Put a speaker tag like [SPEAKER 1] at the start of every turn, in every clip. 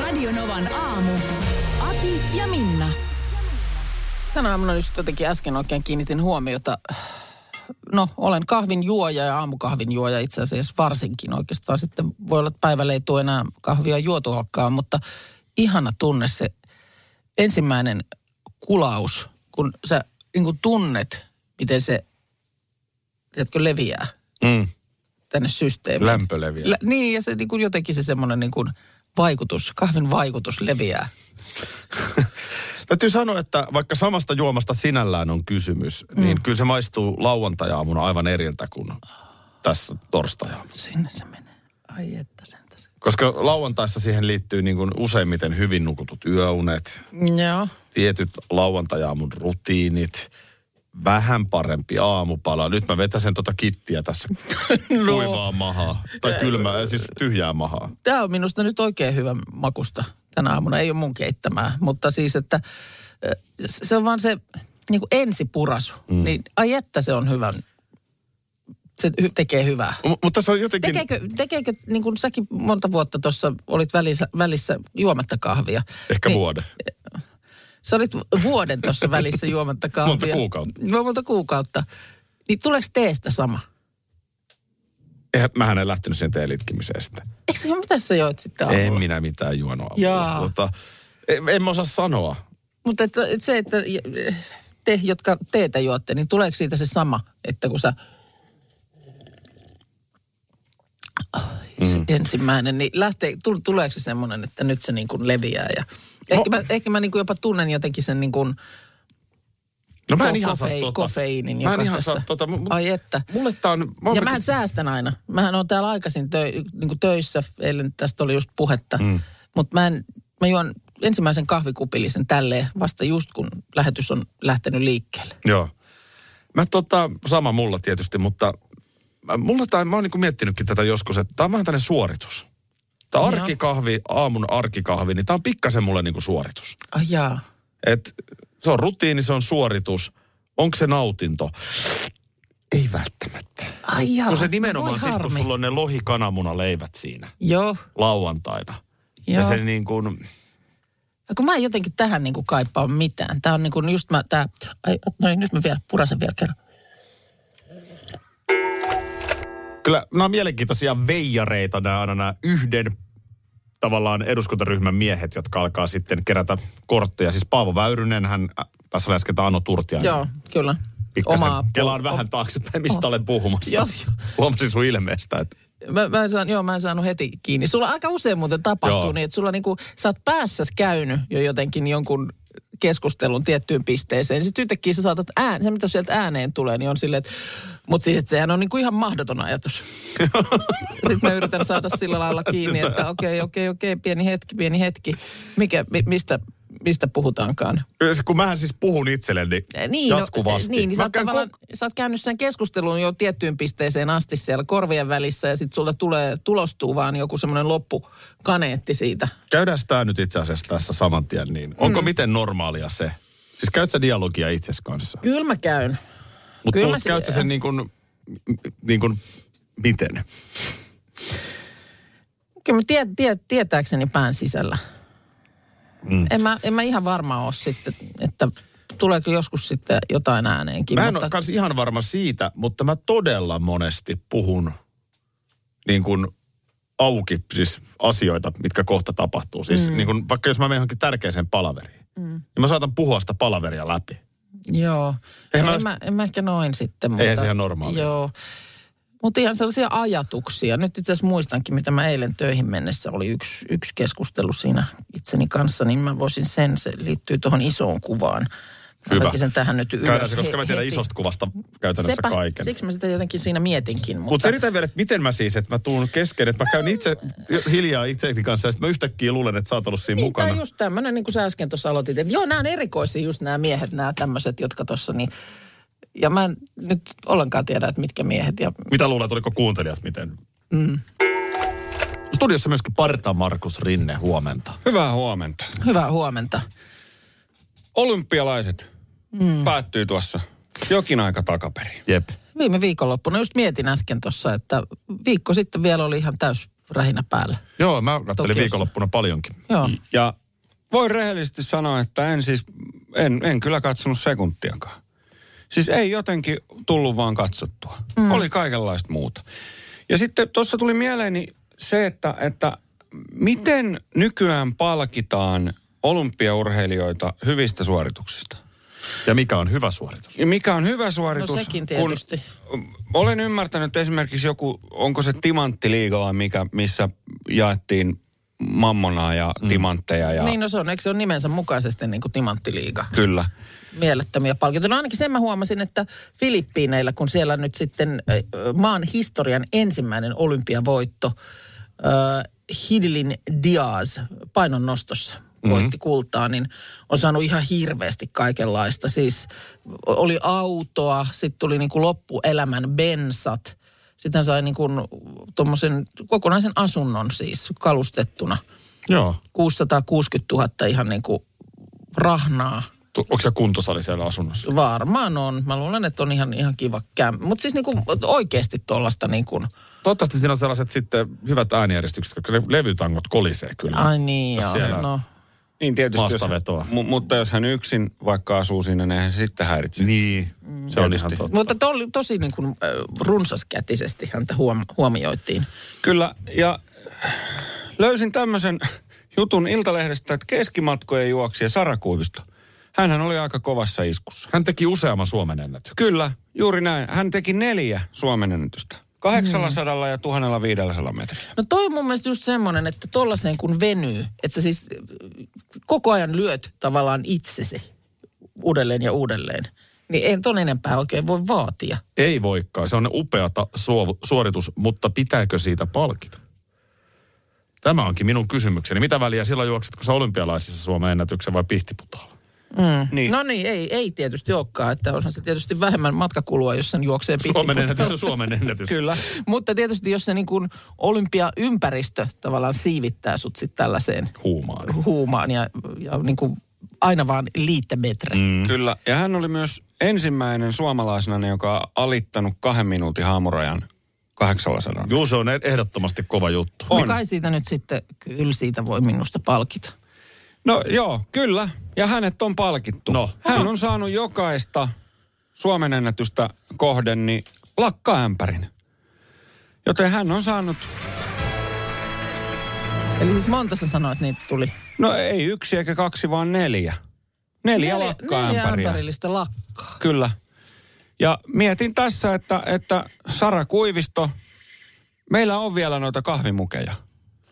[SPEAKER 1] Radionovan aamu. Ati ja Minna.
[SPEAKER 2] Tänä aamuna nyt jotenkin äsken oikein kiinnitin huomiota. No, olen kahvin juoja ja aamukahvin juoja itse asiassa varsinkin oikeastaan. Sitten voi olla, että päivällä ei tule enää kahvia juotuakaan, mutta ihana tunne se ensimmäinen kulaus, kun sä niin kuin tunnet, miten se, tiedätkö, leviää
[SPEAKER 3] Mm.
[SPEAKER 2] tänne systeemiin.
[SPEAKER 3] Lämpö leviää.
[SPEAKER 2] Lä- niin, ja se niin kuin jotenkin se semmoinen niin kuin vaikutus, kahvin vaikutus leviää.
[SPEAKER 3] Täytyy sanoa, että vaikka samasta juomasta sinällään on kysymys, mm. niin kyllä se maistuu lauantajaamuna aivan eriltä kuin tässä torstaiaamuna.
[SPEAKER 2] Sinne se menee. Ai että sentäs.
[SPEAKER 3] Koska lauantaissa siihen liittyy niin kuin useimmiten hyvin nukutut yöunet,
[SPEAKER 2] Joo.
[SPEAKER 3] tietyt lauantajaamun rutiinit, vähän parempi aamupala. Nyt mä vetäsen tota kittiä tässä no. kuivaa mahaa. Tai kylmää, siis tyhjää mahaa.
[SPEAKER 2] Tämä on minusta nyt oikein hyvä makusta tänä aamuna. Ei ole mun keittämää, mutta siis, että ö, se on vaan se niin kuin ensipurasu. Mm. Niin, ai että se on hyvän, se hy- tekee hyvää.
[SPEAKER 3] M- mutta se on jotenkin...
[SPEAKER 2] Tekeekö, tekeekö niin kuin säkin monta vuotta tuossa olit välissä, välissä juomatta kahvia.
[SPEAKER 3] Ehkä
[SPEAKER 2] niin,
[SPEAKER 3] vuoden.
[SPEAKER 2] Sä olit vuoden tuossa välissä juomatta kahvia.
[SPEAKER 3] Monta kuukautta.
[SPEAKER 2] No, monta kuukautta. Niin tuleeko teestä sama?
[SPEAKER 3] Eihän, mähän en lähtenyt sen teelitkimiseen sitten.
[SPEAKER 2] Eikö se, mitä sä joit sitten
[SPEAKER 3] En
[SPEAKER 2] aamulla?
[SPEAKER 3] minä mitään juonut
[SPEAKER 2] Jaa.
[SPEAKER 3] aamulla. Tota, en, en mä osaa sanoa.
[SPEAKER 2] Mutta että, että se, että te, jotka teetä juotte, niin tuleeko siitä se sama, että kun sä
[SPEAKER 3] Mm.
[SPEAKER 2] se ensimmäinen, niin lähtee, tu- tuleeko se semmoinen, että nyt se niin kuin leviää ja ehkä mä, ehkä mä niin kuin jopa tunnen jotenkin sen niin kuin
[SPEAKER 3] No
[SPEAKER 2] Ko- kofei- kofeiinin,
[SPEAKER 3] Mä en
[SPEAKER 2] joka
[SPEAKER 3] ihan saa
[SPEAKER 2] tässä-
[SPEAKER 3] tota. mu-
[SPEAKER 2] Ai että.
[SPEAKER 3] Mulle tää on... Mä niinku-
[SPEAKER 2] ja mähän säästän aina. Mähän on täällä aikaisin tö, niin kuin töissä. Eilen tästä oli just puhetta. Mm. Mutta mä, en- mä juon ensimmäisen kahvikupillisen tälleen vasta just kun lähetys on lähtenyt liikkeelle.
[SPEAKER 3] Joo. Mä tota, sama mulla tietysti, mutta mä- mulla tää, mä oon niinku miettinytkin tätä joskus, että tää on vähän tämmönen suoritus. Tää
[SPEAKER 2] Joo.
[SPEAKER 3] arkikahvi, aamun arkikahvi, niin tää on pikkasen mulle niinku suoritus.
[SPEAKER 2] Ai jaa.
[SPEAKER 3] Et se on rutiini, se on suoritus. Onko se nautinto? Ei välttämättä.
[SPEAKER 2] Ai jaa.
[SPEAKER 3] Kun No se nimenomaan
[SPEAKER 2] no Voi
[SPEAKER 3] sit, kun
[SPEAKER 2] harmi.
[SPEAKER 3] sulla on ne lohikananmunaleivät siinä
[SPEAKER 2] Joo,
[SPEAKER 3] lauantaina.
[SPEAKER 2] joo.
[SPEAKER 3] Ja se niin kuin,
[SPEAKER 2] Ja kun mä en jotenkin tähän niin kuin kaipaa mitään. Tää on niin kuin just mä, tää, ai, no nyt mä vielä purasen vielä kerran.
[SPEAKER 3] kyllä nämä on mielenkiintoisia veijareita nämä aina nämä yhden tavallaan eduskuntaryhmän miehet, jotka alkaa sitten kerätä kortteja. Siis Paavo Väyrynen, hän äh, tässä oli äsken tämä Anno Turtiainen.
[SPEAKER 2] Joo, kyllä.
[SPEAKER 3] Pikkasen
[SPEAKER 2] Omaa-
[SPEAKER 3] kelaan vähän taaksepäin, mistä olen puhumassa.
[SPEAKER 2] Joo, joo.
[SPEAKER 3] Huomasin sun ilmeestä, että
[SPEAKER 2] Mä, mä en saan, joo, mä en saanut heti kiinni. Sulla aika usein muuten tapahtuu
[SPEAKER 3] Joo.
[SPEAKER 2] niin, että sulla niinku, sä oot päässä käynyt jo jotenkin jonkun keskustelun tiettyyn pisteeseen. Sitten yhtäkkiä sä saatat ään, se mitä sieltä ääneen tulee, niin on silleen, että mutta siis että sehän on niinku ihan mahdoton ajatus. Sitten mä yritän saada sillä lailla kiinni, että okei, okei, okei, pieni hetki, pieni hetki. Mikä, mi, mistä, mistä puhutaankaan?
[SPEAKER 3] kun mähän siis puhun itselleni niin,
[SPEAKER 2] no,
[SPEAKER 3] jatkuvasti.
[SPEAKER 2] niin, niin sä,
[SPEAKER 3] Mä
[SPEAKER 2] oot
[SPEAKER 3] käyn
[SPEAKER 2] tavallaan,
[SPEAKER 3] kok-
[SPEAKER 2] sä oot käynyt sen keskustelun jo tiettyyn pisteeseen asti siellä korvien välissä ja sitten sulle tulee, tulostuu vaan joku semmoinen loppukaneetti siitä.
[SPEAKER 3] Käydään tämä nyt itse asiassa tässä saman tien. Niin.
[SPEAKER 2] Mm.
[SPEAKER 3] Onko miten normaalia se? Siis käyt sä dialogia itses kanssa?
[SPEAKER 2] Kyllä mä käyn.
[SPEAKER 3] Mutta
[SPEAKER 2] Kyllä mä
[SPEAKER 3] tuut,
[SPEAKER 2] se-
[SPEAKER 3] käyt sä sen niin kuin, niin kuin, miten?
[SPEAKER 2] Kyllä mä tie, tie, tietääkseni pään sisällä. Mm. En, mä, en mä ihan varma ole sitten, että tuleeko joskus sitten jotain ääneenkin.
[SPEAKER 3] Mä en
[SPEAKER 2] mutta
[SPEAKER 3] ole kans ihan varma siitä, mutta mä todella monesti puhun niin kuin auki siis asioita, mitkä kohta tapahtuu. Siis mm. niin kuin, vaikka jos mä menen johonkin tärkeäseen palaveriin, mm. niin mä saatan puhua sitä palaveria läpi.
[SPEAKER 2] Joo. En, mä,
[SPEAKER 3] Eihän mä-
[SPEAKER 2] en, mä, en mä ehkä noin sitten. Mutta,
[SPEAKER 3] Eihän se ihan normaalia.
[SPEAKER 2] Joo. Mutta ihan sellaisia ajatuksia. Nyt itse asiassa muistankin, mitä mä eilen töihin mennessä oli yksi, yksi keskustelu siinä itseni kanssa, niin mä voisin sen, se liittyy tuohon isoon kuvaan.
[SPEAKER 3] Hyvä.
[SPEAKER 2] Jotenkin sen tähän nyt ylös.
[SPEAKER 3] Käydään se, koska mä
[SPEAKER 2] he-
[SPEAKER 3] tiedän
[SPEAKER 2] heti.
[SPEAKER 3] isosta kuvasta käytännössä
[SPEAKER 2] Sepä,
[SPEAKER 3] kaiken.
[SPEAKER 2] Siksi mä sitä jotenkin siinä mietinkin. Mutta,
[SPEAKER 3] Mutta selitän vielä, että miten mä siis, että mä tuun kesken, että mä käyn itse hiljaa itseäni kanssa ja sitten mä yhtäkkiä luulen, että sä oot ollut siinä
[SPEAKER 2] niin,
[SPEAKER 3] mukana.
[SPEAKER 2] tämä on just tämmöinen, niin kuin sä äsken tuossa aloitit. Että joo, nämä on erikoisia just nämä miehet, nämä tämmöiset, jotka tuossa niin... Ja mä en nyt ollenkaan tiedä, että mitkä miehet ja
[SPEAKER 3] Mitä luulet, oliko kuuntelijat miten? Mm. Studiossa myöskin Parta Markus Rinne, huomenta.
[SPEAKER 4] Hyvää huomenta.
[SPEAKER 2] Hyvää huomenta.
[SPEAKER 4] Olympialaiset mm. päättyy tuossa jokin aika takaperin.
[SPEAKER 3] Jep.
[SPEAKER 2] Viime viikonloppuna just mietin äsken tuossa, että viikko sitten vielä oli ihan täys rähinä päällä.
[SPEAKER 3] Joo, mä ajattelin
[SPEAKER 2] Tokiossa.
[SPEAKER 3] viikonloppuna paljonkin.
[SPEAKER 2] Joo.
[SPEAKER 4] Ja voi rehellisesti sanoa, että en siis, en, en kyllä katsonut sekuntiakaan. Siis ei jotenkin tullut vaan katsottua. Mm. Oli kaikenlaista muuta. Ja sitten tuossa tuli mieleeni se, että, että miten nykyään palkitaan olympiaurheilijoita hyvistä suorituksista.
[SPEAKER 3] Ja mikä on hyvä suoritus?
[SPEAKER 4] Ja mikä on hyvä suoritus?
[SPEAKER 2] No sekin tietysti.
[SPEAKER 4] Kun olen ymmärtänyt että esimerkiksi joku, onko se timanttiliiga vai mikä, missä jaettiin mammonaa ja mm. timantteja ja...
[SPEAKER 2] Ja. Niin no se on, eikö se ole nimensä mukaisesti niin kuin timanttiliiga?
[SPEAKER 4] Kyllä.
[SPEAKER 2] Mielettömiä palkintoja. No ainakin sen mä huomasin, että Filippiineillä, kun siellä nyt sitten ö, ö, maan historian ensimmäinen olympiavoitto, äh, Hidlin Diaz painonnostossa voitti kultaa, niin on saanut ihan hirveästi kaikenlaista. Siis oli autoa, sitten tuli niin kuin loppuelämän bensat. Sitten hän sai niin kuin tuommoisen kokonaisen asunnon siis kalustettuna.
[SPEAKER 3] Joo.
[SPEAKER 2] 660 000 ihan niin kuin rahnaa.
[SPEAKER 3] Onko se kuntosali siellä asunnossa?
[SPEAKER 2] Varmaan on. Mä luulen, että on ihan, ihan kiva käm. Mutta siis niin kuin oikeasti tuollaista niin kuin,
[SPEAKER 3] Toivottavasti siinä on sellaiset sitten hyvät äänijärjestykset, koska ne levytangot kolisee kyllä.
[SPEAKER 2] ai niin
[SPEAKER 3] Jos
[SPEAKER 2] joo,
[SPEAKER 3] siellä-
[SPEAKER 2] no.
[SPEAKER 4] Niin tietysti.
[SPEAKER 3] Vastavetoa.
[SPEAKER 4] Jos, mu- mutta jos hän yksin vaikka asuu siinä, niin eihän se sitten häiritse. Mm.
[SPEAKER 3] Niin, se on ihan totta.
[SPEAKER 2] Mutta to oli tosi niin kuin äh, runsaskätisesti häntä huom- huomioitiin.
[SPEAKER 4] Kyllä, ja löysin tämmöisen jutun Iltalehdestä, että keskimatkojen juoksija Sara Kuivisto. Hänhän oli aika kovassa iskussa.
[SPEAKER 3] Hän teki useamman Suomen ennätyksen.
[SPEAKER 4] Kyllä, juuri näin. Hän teki neljä Suomen ennätystä. 800 ja 1500 metriä.
[SPEAKER 2] No toi on mun mielestä just semmoinen, että tollaiseen kun venyy, että sä siis äh, koko ajan lyöt tavallaan itsesi uudelleen ja uudelleen, niin en ton enempää oikein voi vaatia.
[SPEAKER 3] Ei voikaan, se on upea ta- suov- suoritus, mutta pitääkö siitä palkita? Tämä onkin minun kysymykseni. Mitä väliä silloin juoksetko sä olympialaisissa Suomen ennätyksen vai pihtiputaalla?
[SPEAKER 4] Niin.
[SPEAKER 2] No niin, ei, ei tietysti olekaan, että onhan se tietysti vähemmän matkakulua, jos sen juoksee pitkin.
[SPEAKER 3] Suomen ennätys on Suomen ennätys.
[SPEAKER 4] Kyllä.
[SPEAKER 2] Mutta tietysti jos se niin kuin olympiaympäristö tavallaan siivittää sut sit tällaiseen
[SPEAKER 3] Huumaan.
[SPEAKER 2] huumaan ja, ja niin kuin aina vaan liittämetreen. Mm.
[SPEAKER 4] Kyllä, ja hän oli myös ensimmäinen suomalaisena, niin joka on alittanut kahden minuutin haamurajan 800.
[SPEAKER 3] Juu, se on ehdottomasti kova juttu.
[SPEAKER 4] On.
[SPEAKER 2] No kai siitä nyt sitten, kyllä siitä voi minusta palkita.
[SPEAKER 4] No joo, kyllä. Ja hänet on palkittu.
[SPEAKER 3] No.
[SPEAKER 4] Hän on saanut jokaista Suomen ennätystä kohden niin lakkaämpärin. Joten hän on saanut,
[SPEAKER 2] Eli siis monta sä sanoit, niitä tuli?
[SPEAKER 4] no ei yksi eikä kaksi, vaan neljä. Neljä, neljä
[SPEAKER 2] neljä
[SPEAKER 4] lakkaämpäriä.
[SPEAKER 2] ämpärillistä lakkaa.
[SPEAKER 4] Kyllä. Ja mietin tässä, että, että Sara Kuivisto, meillä on vielä noita kahvimukeja.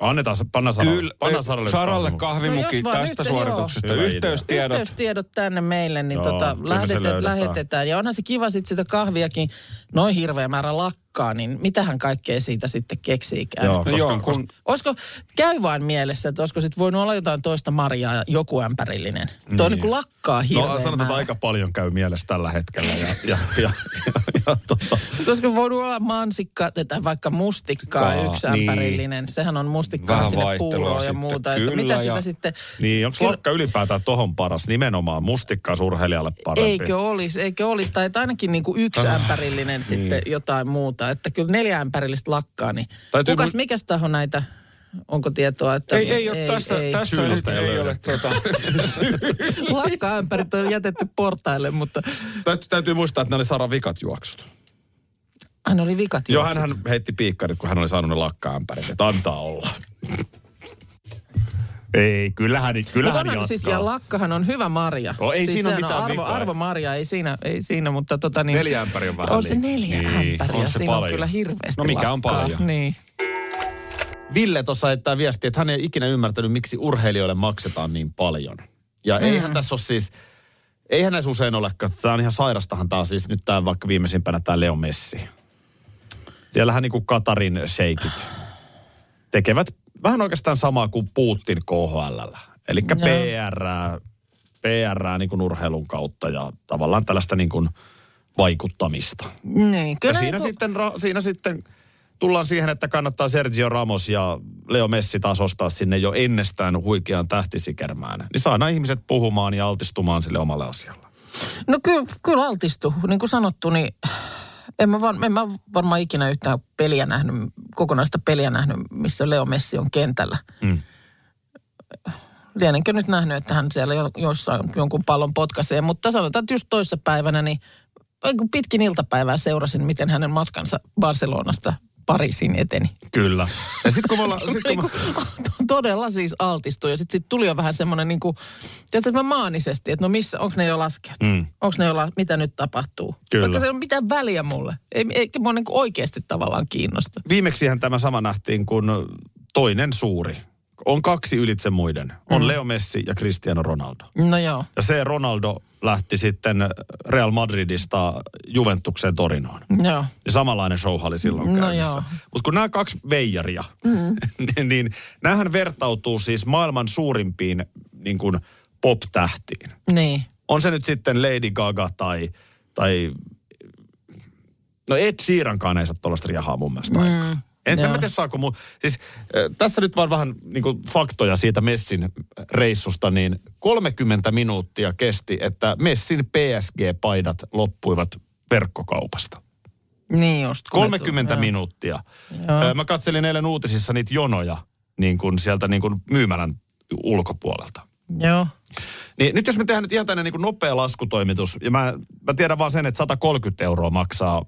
[SPEAKER 3] Annetaan, se- panna saralle. panna
[SPEAKER 4] ei,
[SPEAKER 3] saralle.
[SPEAKER 4] Saralle
[SPEAKER 3] kahvi.
[SPEAKER 2] No
[SPEAKER 4] kahvimuki
[SPEAKER 2] jos
[SPEAKER 4] no
[SPEAKER 2] vaan
[SPEAKER 4] tästä
[SPEAKER 2] nyt,
[SPEAKER 4] suorituksesta.
[SPEAKER 3] joo. Hyvä idea.
[SPEAKER 4] Yhteystiedot.
[SPEAKER 2] Yhteystiedot tänne meille, niin
[SPEAKER 3] Joo,
[SPEAKER 2] tota,
[SPEAKER 3] kyllä me se
[SPEAKER 2] lähetetään,
[SPEAKER 3] löydetään.
[SPEAKER 2] lähetetään. Ja onhan se kiva sitten sitä kahviakin, noin hirveä määrä lakkaa, niin mitähän kaikkea siitä sitten keksiikään.
[SPEAKER 3] Joo,
[SPEAKER 4] No
[SPEAKER 3] koska,
[SPEAKER 4] joo, kun,
[SPEAKER 2] Olisiko, käy vaan mielessä, että olisiko sitten voinut olla jotain toista marjaa, joku ämpärillinen. Niin. Tuo niin kuin lakkaa hirveän
[SPEAKER 3] no sanotaan, että aika paljon käy mielessä tällä hetkellä. Ja, ja, ja, ja, ja, tota,
[SPEAKER 2] Olisiko voinut olla mansikka tai vaikka mustikkaa
[SPEAKER 4] Kaa,
[SPEAKER 2] yksi
[SPEAKER 4] niin.
[SPEAKER 2] ämpärillinen. Sehän on mustikkaa
[SPEAKER 4] Vähän
[SPEAKER 2] sinne
[SPEAKER 4] vaihtelua
[SPEAKER 2] puuroon ja
[SPEAKER 4] sitten,
[SPEAKER 2] muuta. että
[SPEAKER 4] kyllä,
[SPEAKER 2] mitä
[SPEAKER 4] ja-
[SPEAKER 2] sitä sitten...
[SPEAKER 3] niin, onko
[SPEAKER 2] Kyllä-
[SPEAKER 3] lakka ylipäätään tohon paras? Nimenomaan mustikkaa surheilijalle parempi.
[SPEAKER 2] Eikö olisi, eikö olisi. Tai että ainakin niin kuin yksi
[SPEAKER 4] Ah,
[SPEAKER 2] ämpärillinen
[SPEAKER 4] niin.
[SPEAKER 2] sitten jotain muuta. Että kyllä neljä ämpärillistä lakkaa, niin
[SPEAKER 3] Täytyy
[SPEAKER 2] kukas,
[SPEAKER 3] mu-
[SPEAKER 2] mikäs taho näitä, onko tietoa, että...
[SPEAKER 4] ei, ei ole tässä, tässä
[SPEAKER 3] Syyllistä
[SPEAKER 4] nyt
[SPEAKER 3] ei
[SPEAKER 4] ei ole
[SPEAKER 3] löydetty.
[SPEAKER 4] tuota,
[SPEAKER 2] Lakkaämpärit on jätetty portaille, mutta
[SPEAKER 3] Täytyy, täytyy muistaa, että ne oli Saran vikat juoksut.
[SPEAKER 2] hän oli vikat
[SPEAKER 3] Joo,
[SPEAKER 2] juoksut.
[SPEAKER 3] hän, hän heitti piikkarit, kun hän oli saanut ne lakkaämpärit, että antaa olla. Ei, kyllähän,
[SPEAKER 2] Mutta onhan siis, ja lakkahan on hyvä marja.
[SPEAKER 3] No, ei
[SPEAKER 2] siis
[SPEAKER 3] siinä ole
[SPEAKER 2] sehän
[SPEAKER 3] mitään
[SPEAKER 2] arvo,
[SPEAKER 3] vikaa.
[SPEAKER 2] arvo marja, ei siinä, ei siinä, mutta tota niin.
[SPEAKER 3] Neljä ämpäriä on vähän
[SPEAKER 2] On se
[SPEAKER 3] liikaa.
[SPEAKER 2] neljä
[SPEAKER 3] Niin,
[SPEAKER 2] ämpäriä,
[SPEAKER 3] on se
[SPEAKER 2] siinä on
[SPEAKER 3] paljon.
[SPEAKER 2] kyllä hirveästi
[SPEAKER 4] No mikä on
[SPEAKER 2] lakkaa.
[SPEAKER 4] paljon.
[SPEAKER 2] Niin.
[SPEAKER 3] Ville tuossa heittää viestiä, että hän ei ole ikinä ymmärtänyt, miksi urheilijoille maksetaan niin paljon. Ja mm. eihän tässä ole siis, Eihän näissä usein olekaan. Tämä on ihan sairastahan tämä on siis nyt tämä vaikka viimeisimpänä tämä Leo Messi. Siellähän niin kuin Katarin sheikit tekevät vähän oikeastaan samaa kuin Putin KHL. Eli PR, PR niin kuin urheilun kautta ja tavallaan tällaista niin kuin vaikuttamista.
[SPEAKER 2] Niin,
[SPEAKER 3] Ja
[SPEAKER 2] kyllä
[SPEAKER 3] siinä,
[SPEAKER 2] niinku-
[SPEAKER 3] sitten, ra- siinä sitten tullaan siihen, että kannattaa Sergio Ramos ja Leo Messi taas ostaa sinne jo ennestään huikeaan tähtisikermään. Niin saadaan ihmiset puhumaan ja altistumaan sille omalle asialle.
[SPEAKER 2] No kyllä, kyllä altistu. Niin kuin sanottu, niin en mä, var, en mä varmaan ikinä yhtään peliä nähnyt, kokonaista peliä nähnyt, missä Leo Messi on kentällä. Mm. Lienenkö nyt nähnyt, että hän siellä jo, jossain jonkun pallon potkaisee, mutta sanotaan, että just toissa päivänä, niin aiku pitkin iltapäivää seurasin, miten hänen matkansa Barcelonasta Pariisiin eteni.
[SPEAKER 3] Kyllä. Ja sitten kun me ollaan... Sit kun
[SPEAKER 2] Niin
[SPEAKER 3] me...
[SPEAKER 2] kuin, todella siis altistui. Ja sitten sit tuli jo vähän semmoinen niin kuin, tiedätkö, että mä maanisesti, että no missä, onko ne jo laskeutunut? Mm. Onko ne jo, la- mitä nyt tapahtuu?
[SPEAKER 3] Kyllä.
[SPEAKER 2] Vaikka se ei ole mitään väliä mulle. Ei, eikä mua niin oikeasti tavallaan kiinnosta.
[SPEAKER 3] Viimeksihän tämä sama nähtiin kuin toinen suuri. On kaksi ylitse muiden. On mm. Leo Messi ja Cristiano Ronaldo.
[SPEAKER 2] No joo,
[SPEAKER 3] Ja se Ronaldo lähti sitten Real Madridista Juventukseen Torinoon.
[SPEAKER 2] joo.
[SPEAKER 3] Ja samanlainen show oli silloin
[SPEAKER 2] No
[SPEAKER 3] käynnissä.
[SPEAKER 2] joo.
[SPEAKER 3] Mutta kun nämä kaksi veijaria, mm. niin, niin näähän vertautuu siis maailman suurimpiin niin kuin pop-tähtiin.
[SPEAKER 2] Niin.
[SPEAKER 3] On se nyt sitten Lady Gaga tai, tai no Ed Sheerankaan ei saa tuollaista riahaa mun mielestä mm. En, en
[SPEAKER 2] joo.
[SPEAKER 3] mä tiedä saako mun, siis äh, tässä nyt vaan vähän niin kuin faktoja siitä Messin reissusta, niin 30 minuuttia kesti, että Messin PSG-paidat loppuivat verkkokaupasta.
[SPEAKER 2] Niin just. kun ne
[SPEAKER 3] 30
[SPEAKER 2] tuli.
[SPEAKER 3] minuuttia.
[SPEAKER 2] Joo.
[SPEAKER 3] Joo. Mä katselin eilen uutisissa niitä jonoja niin kuin sieltä niin kuin myymälän ulkopuolelta.
[SPEAKER 2] Joo. Joo.
[SPEAKER 3] Niin nyt jos me tehdään nyt ihan tämmöinen niin nopea laskutoimitus, ja mä, mä tiedän vaan sen, että 130 euroa maksaa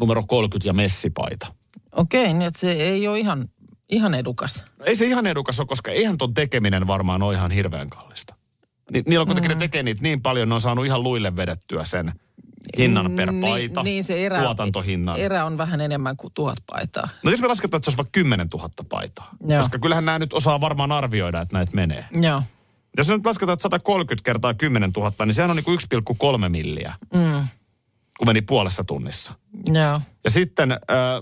[SPEAKER 3] numero 30 ja messipaita.
[SPEAKER 2] Okei, niin että se ei ole ihan, ihan edukas.
[SPEAKER 3] No Ei se ihan edukas ole, koska eihän ton tekeminen varmaan ole ihan hirveän kallista. Ni, niillä on kuitenkin mm. ne tekee niitä niin paljon, ne on saanut ihan luille vedettyä sen hinnan per paita,
[SPEAKER 2] niin, niin se erä,
[SPEAKER 3] tuotantohinnan.
[SPEAKER 2] erä on vähän enemmän kuin tuhat paitaa.
[SPEAKER 3] No jos me lasketaan, että se olisi vaikka 10 000 paitaa.
[SPEAKER 2] Joo.
[SPEAKER 3] Koska kyllähän nämä nyt osaa varmaan arvioida, että näitä menee.
[SPEAKER 2] Joo.
[SPEAKER 3] Jos nyt lasketaan, että 130 kertaa 10 000, niin sehän on niin 1,3 milliä, mm. kun meni puolessa tunnissa.
[SPEAKER 2] Joo.
[SPEAKER 3] Ja sitten äh,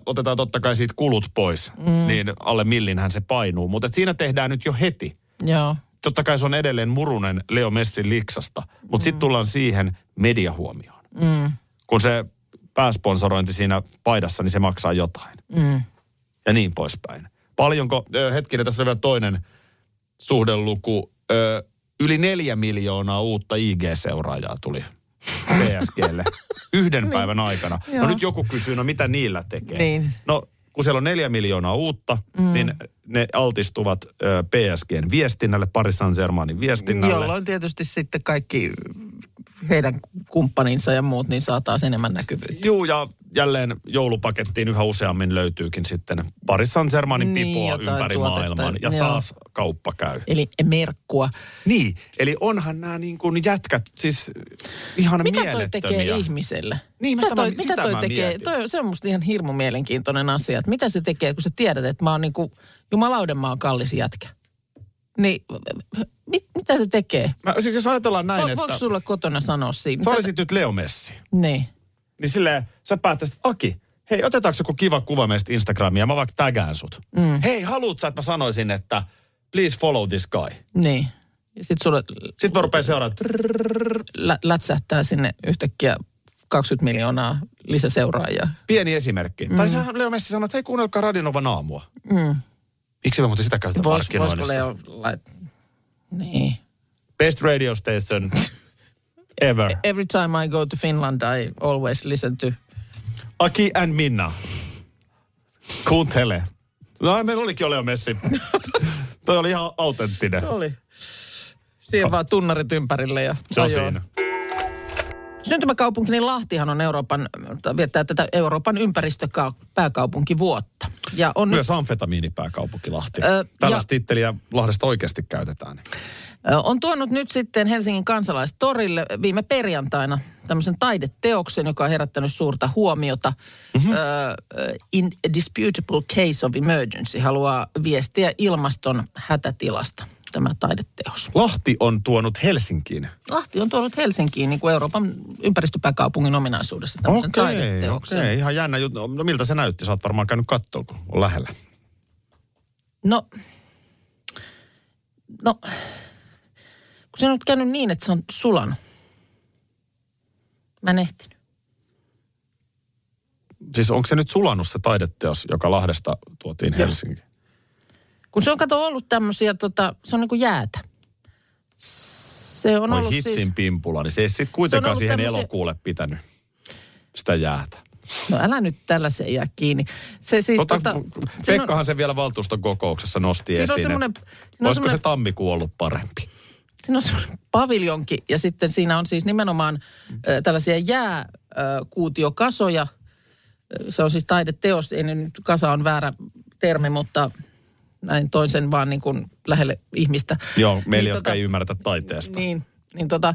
[SPEAKER 3] otetaan totta kai siitä kulut pois, mm. niin alle millinhän se painuu. Mutta et siinä tehdään nyt jo heti.
[SPEAKER 2] Joo.
[SPEAKER 3] Totta kai se on edelleen murunen Leo Messin liksasta, mutta
[SPEAKER 2] Mm.
[SPEAKER 3] sitten tullaan siihen mediahuomioon. Mm. Kun se pääsponsorointi siinä paidassa, niin se maksaa jotain.
[SPEAKER 2] Mm.
[SPEAKER 3] ja niin poispäin. Paljonko, ö, hetkinen, tässä on vielä toinen suhdeluku. Ö, yli neljä miljoonaa uutta IG-seuraajaa tuli PSGlle yhden päivän aikana. No
[SPEAKER 2] Joo.
[SPEAKER 3] nyt joku kysyy, no mitä niillä tekee?
[SPEAKER 2] Niin.
[SPEAKER 3] No kun siellä on neljä miljoonaa uutta, mm. niin ne altistuvat ö, PSGn viestinnälle, Paris Saint-Germainin viestinnälle.
[SPEAKER 2] Jolloin tietysti sitten kaikki heidän kumppaninsa ja muut, niin saa taas enemmän näkyvyyttä.
[SPEAKER 3] Juu, ja jälleen joulupakettiin yhä useammin löytyykin sitten Paris Saint-Germainin
[SPEAKER 2] Niin,
[SPEAKER 3] pipoa
[SPEAKER 2] jotain
[SPEAKER 3] ympäri
[SPEAKER 2] tuotetta,
[SPEAKER 3] maailman. Ja
[SPEAKER 2] joo.
[SPEAKER 3] taas kauppa käy.
[SPEAKER 2] Eli merkkua.
[SPEAKER 3] Niin, eli onhan nämä niin kuin jätkät siis ihan
[SPEAKER 2] Mitä toi
[SPEAKER 3] mielettömiä.
[SPEAKER 2] tekee ihmiselle?
[SPEAKER 3] Niin, mä
[SPEAKER 2] mitä
[SPEAKER 3] sitä
[SPEAKER 2] toi,
[SPEAKER 3] mä-
[SPEAKER 2] mitä
[SPEAKER 3] sitä
[SPEAKER 2] toi
[SPEAKER 3] mä
[SPEAKER 2] tekee?
[SPEAKER 3] mietin.
[SPEAKER 2] Toi, se on musta ihan hirmu mielenkiintoinen asia, että mitä se tekee, kun sä tiedät, että mä oon niinku, jumalauden mä oon kallis jätkä. Niin, mit, mitä se tekee?
[SPEAKER 3] Mä, siis jos ajatellaan näin,
[SPEAKER 2] Vo,
[SPEAKER 3] että
[SPEAKER 2] voiko sulle kotona sanoa siinä?
[SPEAKER 3] sä olisit nyt Leo Messi,
[SPEAKER 2] Niin.
[SPEAKER 3] niin silleen sä päättäisit, että Aki, hei otetaanko joku kiva kuva meistä Instagramia, mä vaikka tägään sut. Mm. Hei, haluut sä, että mä sanoisin, että please follow this guy.
[SPEAKER 2] Niin. Ja sit sulle
[SPEAKER 3] Sitten mä rupean seuraamaan, että trrrr,
[SPEAKER 2] lä- lätsähtää sinne yhtäkkiä 20 miljoonaa lisäseuraajaa.
[SPEAKER 3] pieni esimerkki. Mm. Tai sähän Leo Messi sanoi, että hei kuunnelkaa Radinovan aamua. Mm. Miksi mä muuten sitä käytän
[SPEAKER 2] Vois, voisiko
[SPEAKER 3] markkinoinnissa?
[SPEAKER 2] Leo lait... Niin.
[SPEAKER 3] Best radio station ever.
[SPEAKER 2] Every time I go to Finland, I always listen to...
[SPEAKER 3] Aki and Minna. Kuuntele. No, meillä olikin Leo Messi. Toi oli ihan autenttinen.
[SPEAKER 2] Oli. Siihen vaan tunnarit ympärille ja
[SPEAKER 3] Ah. Se on
[SPEAKER 2] ajoon.
[SPEAKER 3] siinä.
[SPEAKER 2] Syntymäkaupunkini Lahtihan on Euroopan, viettää tätä Euroopan ympäristöpääkaupunkivuotta. Ja on
[SPEAKER 3] Myös amfetamiinipääkaupunki Lahti.
[SPEAKER 2] Ö,
[SPEAKER 3] Tällaista
[SPEAKER 2] ja-
[SPEAKER 3] titteliä Lahdesta oikeasti käytetään.
[SPEAKER 2] Ö, on tuonut nyt sitten Helsingin kansalaistorille viime perjantaina tämmöisen taideteoksen, joka on herättänyt suurta huomiota.
[SPEAKER 3] Mhm.
[SPEAKER 2] Mm-hmm. In a disputable case of emergency haluaa viestiä ilmaston hätätilasta. tämä taideteos.
[SPEAKER 3] Lahti on tuonut Helsinkiin.
[SPEAKER 2] Lahti on tuonut Helsinkiin niin kuin Euroopan ympäristöpääkaupungin ominaisuudessa tämmöisen
[SPEAKER 3] Okei,
[SPEAKER 2] taideteoksen.
[SPEAKER 3] okei, ihan jännä juttu. No, No miltä se näytti? Sä oot varmaan käynyt kattoon, kun on lähellä.
[SPEAKER 2] No, no, kun se on nyt käynyt niin, että se on sulanut. Mä en ehtinyt.
[SPEAKER 3] Siis onko se nyt sulanut se taideteos, joka Lahdesta tuotiin Helsinkiin?
[SPEAKER 2] Kun se on kato ollut tämmöisiä, tota, se on niin kuin jäätä. Se on
[SPEAKER 3] Voi
[SPEAKER 2] ollut
[SPEAKER 3] hitsin
[SPEAKER 2] siis...
[SPEAKER 3] pimpula, niin se ei sitten
[SPEAKER 2] Se on
[SPEAKER 3] kuitenkaan
[SPEAKER 2] ollut
[SPEAKER 3] siihen
[SPEAKER 2] tämmöisiä-
[SPEAKER 3] elokuulle pitänyt sitä jäätä.
[SPEAKER 2] No älä nyt tällaiseen jää kiinni. Se siis
[SPEAKER 3] Tota,
[SPEAKER 2] tota... siinä on-
[SPEAKER 3] Pekkahan sen vielä valtuuston kokouksessa nosti
[SPEAKER 2] Siinä on
[SPEAKER 3] esiin,
[SPEAKER 2] semmoinen-
[SPEAKER 3] että
[SPEAKER 2] siinä on
[SPEAKER 3] olisiko se
[SPEAKER 2] semmoinen-
[SPEAKER 3] tammikuu ollut parempi?
[SPEAKER 2] Siinä on semmoinen paviljonki ja sitten siinä on siis nimenomaan ö, tällaisia jääkuutiokasoja. Ö, Se on siis taideteos, ei nyt kasa on väärä termi, mutta näin toin sen vaan niin kuin lähelle ihmistä.
[SPEAKER 3] Joo, meillä,
[SPEAKER 2] Niin
[SPEAKER 3] jotka
[SPEAKER 2] tota-
[SPEAKER 3] ei ymmärretä taiteesta.
[SPEAKER 2] Niin, niin tota,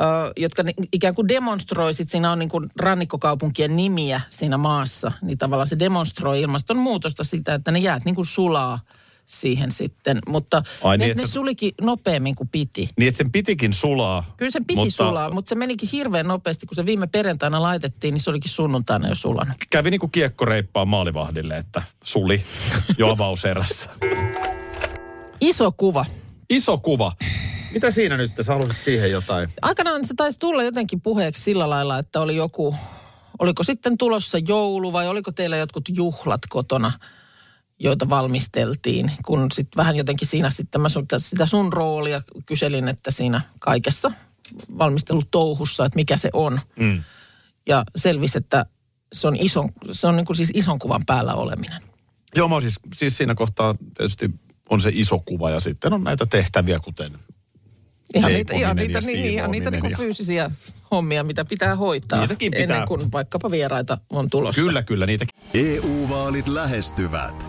[SPEAKER 2] ö, jotka ni- ikään kuin demonstroi, sit siinä on niin kuin rannikkokaupunkien nimiä siinä maassa, niin tavallaan se demonstroi ilmastonmuutosta sitä, että ne jäät niin kuin sulaa siihen sitten, mutta
[SPEAKER 3] Ai
[SPEAKER 2] ne,
[SPEAKER 3] niin, että
[SPEAKER 2] ne
[SPEAKER 3] sä-
[SPEAKER 2] sulikin nopeammin kuin piti.
[SPEAKER 3] Niin, että sen pitikin sulaa.
[SPEAKER 2] Kyllä sen piti
[SPEAKER 3] mutta
[SPEAKER 2] sulaa, mutta se menikin hirveän nopeasti, kun se viime perjantaina laitettiin, niin se olikin sunnuntaina jo sulanut.
[SPEAKER 3] Kävi niinku kiekko reippaan maalivahdille, että suli jo avauserässä.
[SPEAKER 2] Iso kuva.
[SPEAKER 3] Iso kuva. Mitä siinä nyt? Sä halusit siihen jotain.
[SPEAKER 2] Aikanaan se taisi tulla jotenkin puheeksi sillä lailla, että oli joku, oliko sitten tulossa joulu vai oliko teillä jotkut juhlat kotona, joita valmisteltiin, kun sitten vähän jotenkin siinä sitten mä sun, sitä sun roolia kyselin, että siinä kaikessa valmistelutouhussa, että mikä se on.
[SPEAKER 3] Mm.
[SPEAKER 2] Ja selvisi, että se on, ison, se on niin kuin siis ison kuvan päällä oleminen.
[SPEAKER 3] Joo, mä oon siis, siis siinä kohtaa tietysti on se iso kuva ja sitten on näitä tehtäviä, kuten
[SPEAKER 2] Ihan niitä,
[SPEAKER 3] Leipominen
[SPEAKER 2] ihan
[SPEAKER 3] ja
[SPEAKER 2] niitä, niin, ihan niitä
[SPEAKER 3] siivoaminen
[SPEAKER 2] niinku
[SPEAKER 3] ja-
[SPEAKER 2] fyysisiä hommia, mitä pitää hoitaa
[SPEAKER 3] Niitäkin pitää.
[SPEAKER 2] ennen kuin vaikkapa vieraita on tulossa.
[SPEAKER 3] Kyllä, kyllä, niitä
[SPEAKER 5] EU-vaalit E lähestyvät.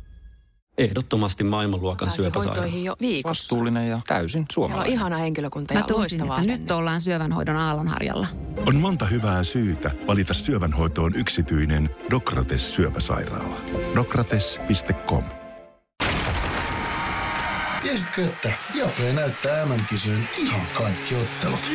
[SPEAKER 6] Ehdottomasti maailmanluokan syöpäsairaala.
[SPEAKER 7] hoitoihin jo viikossa.
[SPEAKER 8] Vastuullinen ja täysin
[SPEAKER 7] Siellä on
[SPEAKER 8] suomalainen.
[SPEAKER 7] ihana henkilökunta
[SPEAKER 9] Mä
[SPEAKER 7] ja
[SPEAKER 9] toisin,
[SPEAKER 7] loistavaa
[SPEAKER 9] että nyt
[SPEAKER 7] asennetta.
[SPEAKER 9] ollaan syövänhoidon aallonharjalla.
[SPEAKER 10] On monta hyvää syytä valita syövänhoitoon yksityinen Dokrates syöpäsairaala. Dokrates.com
[SPEAKER 11] Tiesitkö, että Viaplay näyttää MM-kisojen ihan kaikki ottelut?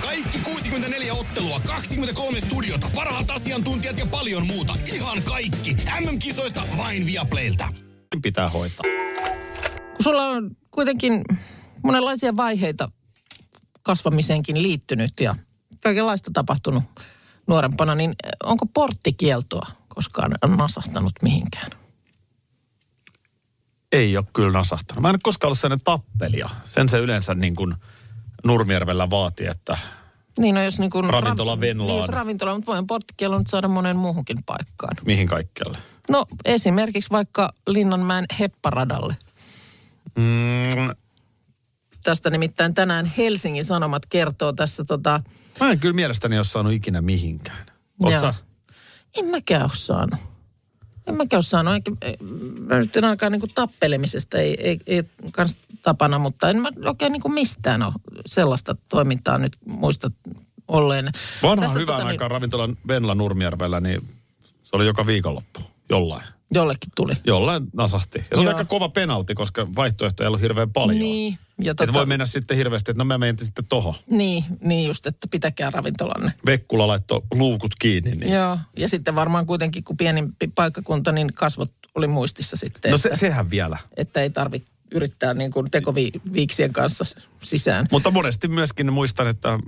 [SPEAKER 10] Kaikki 64 ottelua, 23 studiota, parhaat asiantuntijat ja paljon muuta. Ihan kaikki. MM-kisoista vain Viaplaylta.
[SPEAKER 3] pitää hoitaa.
[SPEAKER 2] Kun sulla on kuitenkin monenlaisia vaiheita kasvamiseenkin liittynyt ja kaikenlaista tapahtunut nuorempana, niin onko porttikieltoa koskaan masahtanut mihinkään?
[SPEAKER 3] Ei ole kyllä nasahtanut. Mä en ole koskaan ollut sellainen tappelija. Sen se yleensä niin kuin Nurmijärvellä vaatii, että
[SPEAKER 2] Niin, no jos niin kuin...
[SPEAKER 3] Ravintola Venlaan.
[SPEAKER 2] Niin, jos ravintola, mutta voin porttikielon nyt saada moneen muuhunkin paikkaan.
[SPEAKER 3] mihin kaikkialle.
[SPEAKER 2] No esimerkiksi vaikka Linnanmäen hepparadalle.
[SPEAKER 3] Mm,
[SPEAKER 2] Tästä nimittäin tänään Helsingin Sanomat kertoo tässä tota,
[SPEAKER 3] mä en kyllä mielestäni ole saanut ikinä mihinkään. Oot
[SPEAKER 2] Joo.
[SPEAKER 3] sä?
[SPEAKER 2] en mäkään ole saanut. En mäkään ole saanut, enkä, ei- mä nyt en ainakaan niin tappelemisesta, ei, ei, ei kans tapana, mutta en mä oikein niin mistään ole sellaista toimintaa nyt muista olleen.
[SPEAKER 3] Vanha
[SPEAKER 2] Tässä
[SPEAKER 3] hyvän
[SPEAKER 2] tota
[SPEAKER 3] tota
[SPEAKER 2] niin-
[SPEAKER 3] aikaan ravintolan Venla Nurmijärvellä, niin se oli joka viikonloppu jollain.
[SPEAKER 2] Jollekin tuli.
[SPEAKER 3] Jollain nasahti. Ja se oli
[SPEAKER 2] Joo.
[SPEAKER 3] aika kova penalti, koska vaihtoehtoja ei ollut hirveän paljon.
[SPEAKER 2] Niin, ja
[SPEAKER 3] Tota...
[SPEAKER 2] tota,
[SPEAKER 3] Et voi mennä sitten hirveästi, että no mä menen sitten tohon.
[SPEAKER 2] niin, niin just, että pitäkää ravintolanne.
[SPEAKER 3] Vekkula laittoi luukut kiinni. Niin...
[SPEAKER 2] Joo, ja sitten varmaan kuitenkin, kun pienimpi paikkakunta, niin kasvot oli muistissa sitten,
[SPEAKER 3] No
[SPEAKER 2] no
[SPEAKER 3] se,
[SPEAKER 2] että, se...
[SPEAKER 3] sehän vielä.
[SPEAKER 2] että ei tarvitse yrittää niin kuin tekoviiksien kanssa sisään.
[SPEAKER 3] Mutta monesti myöskin muistan, että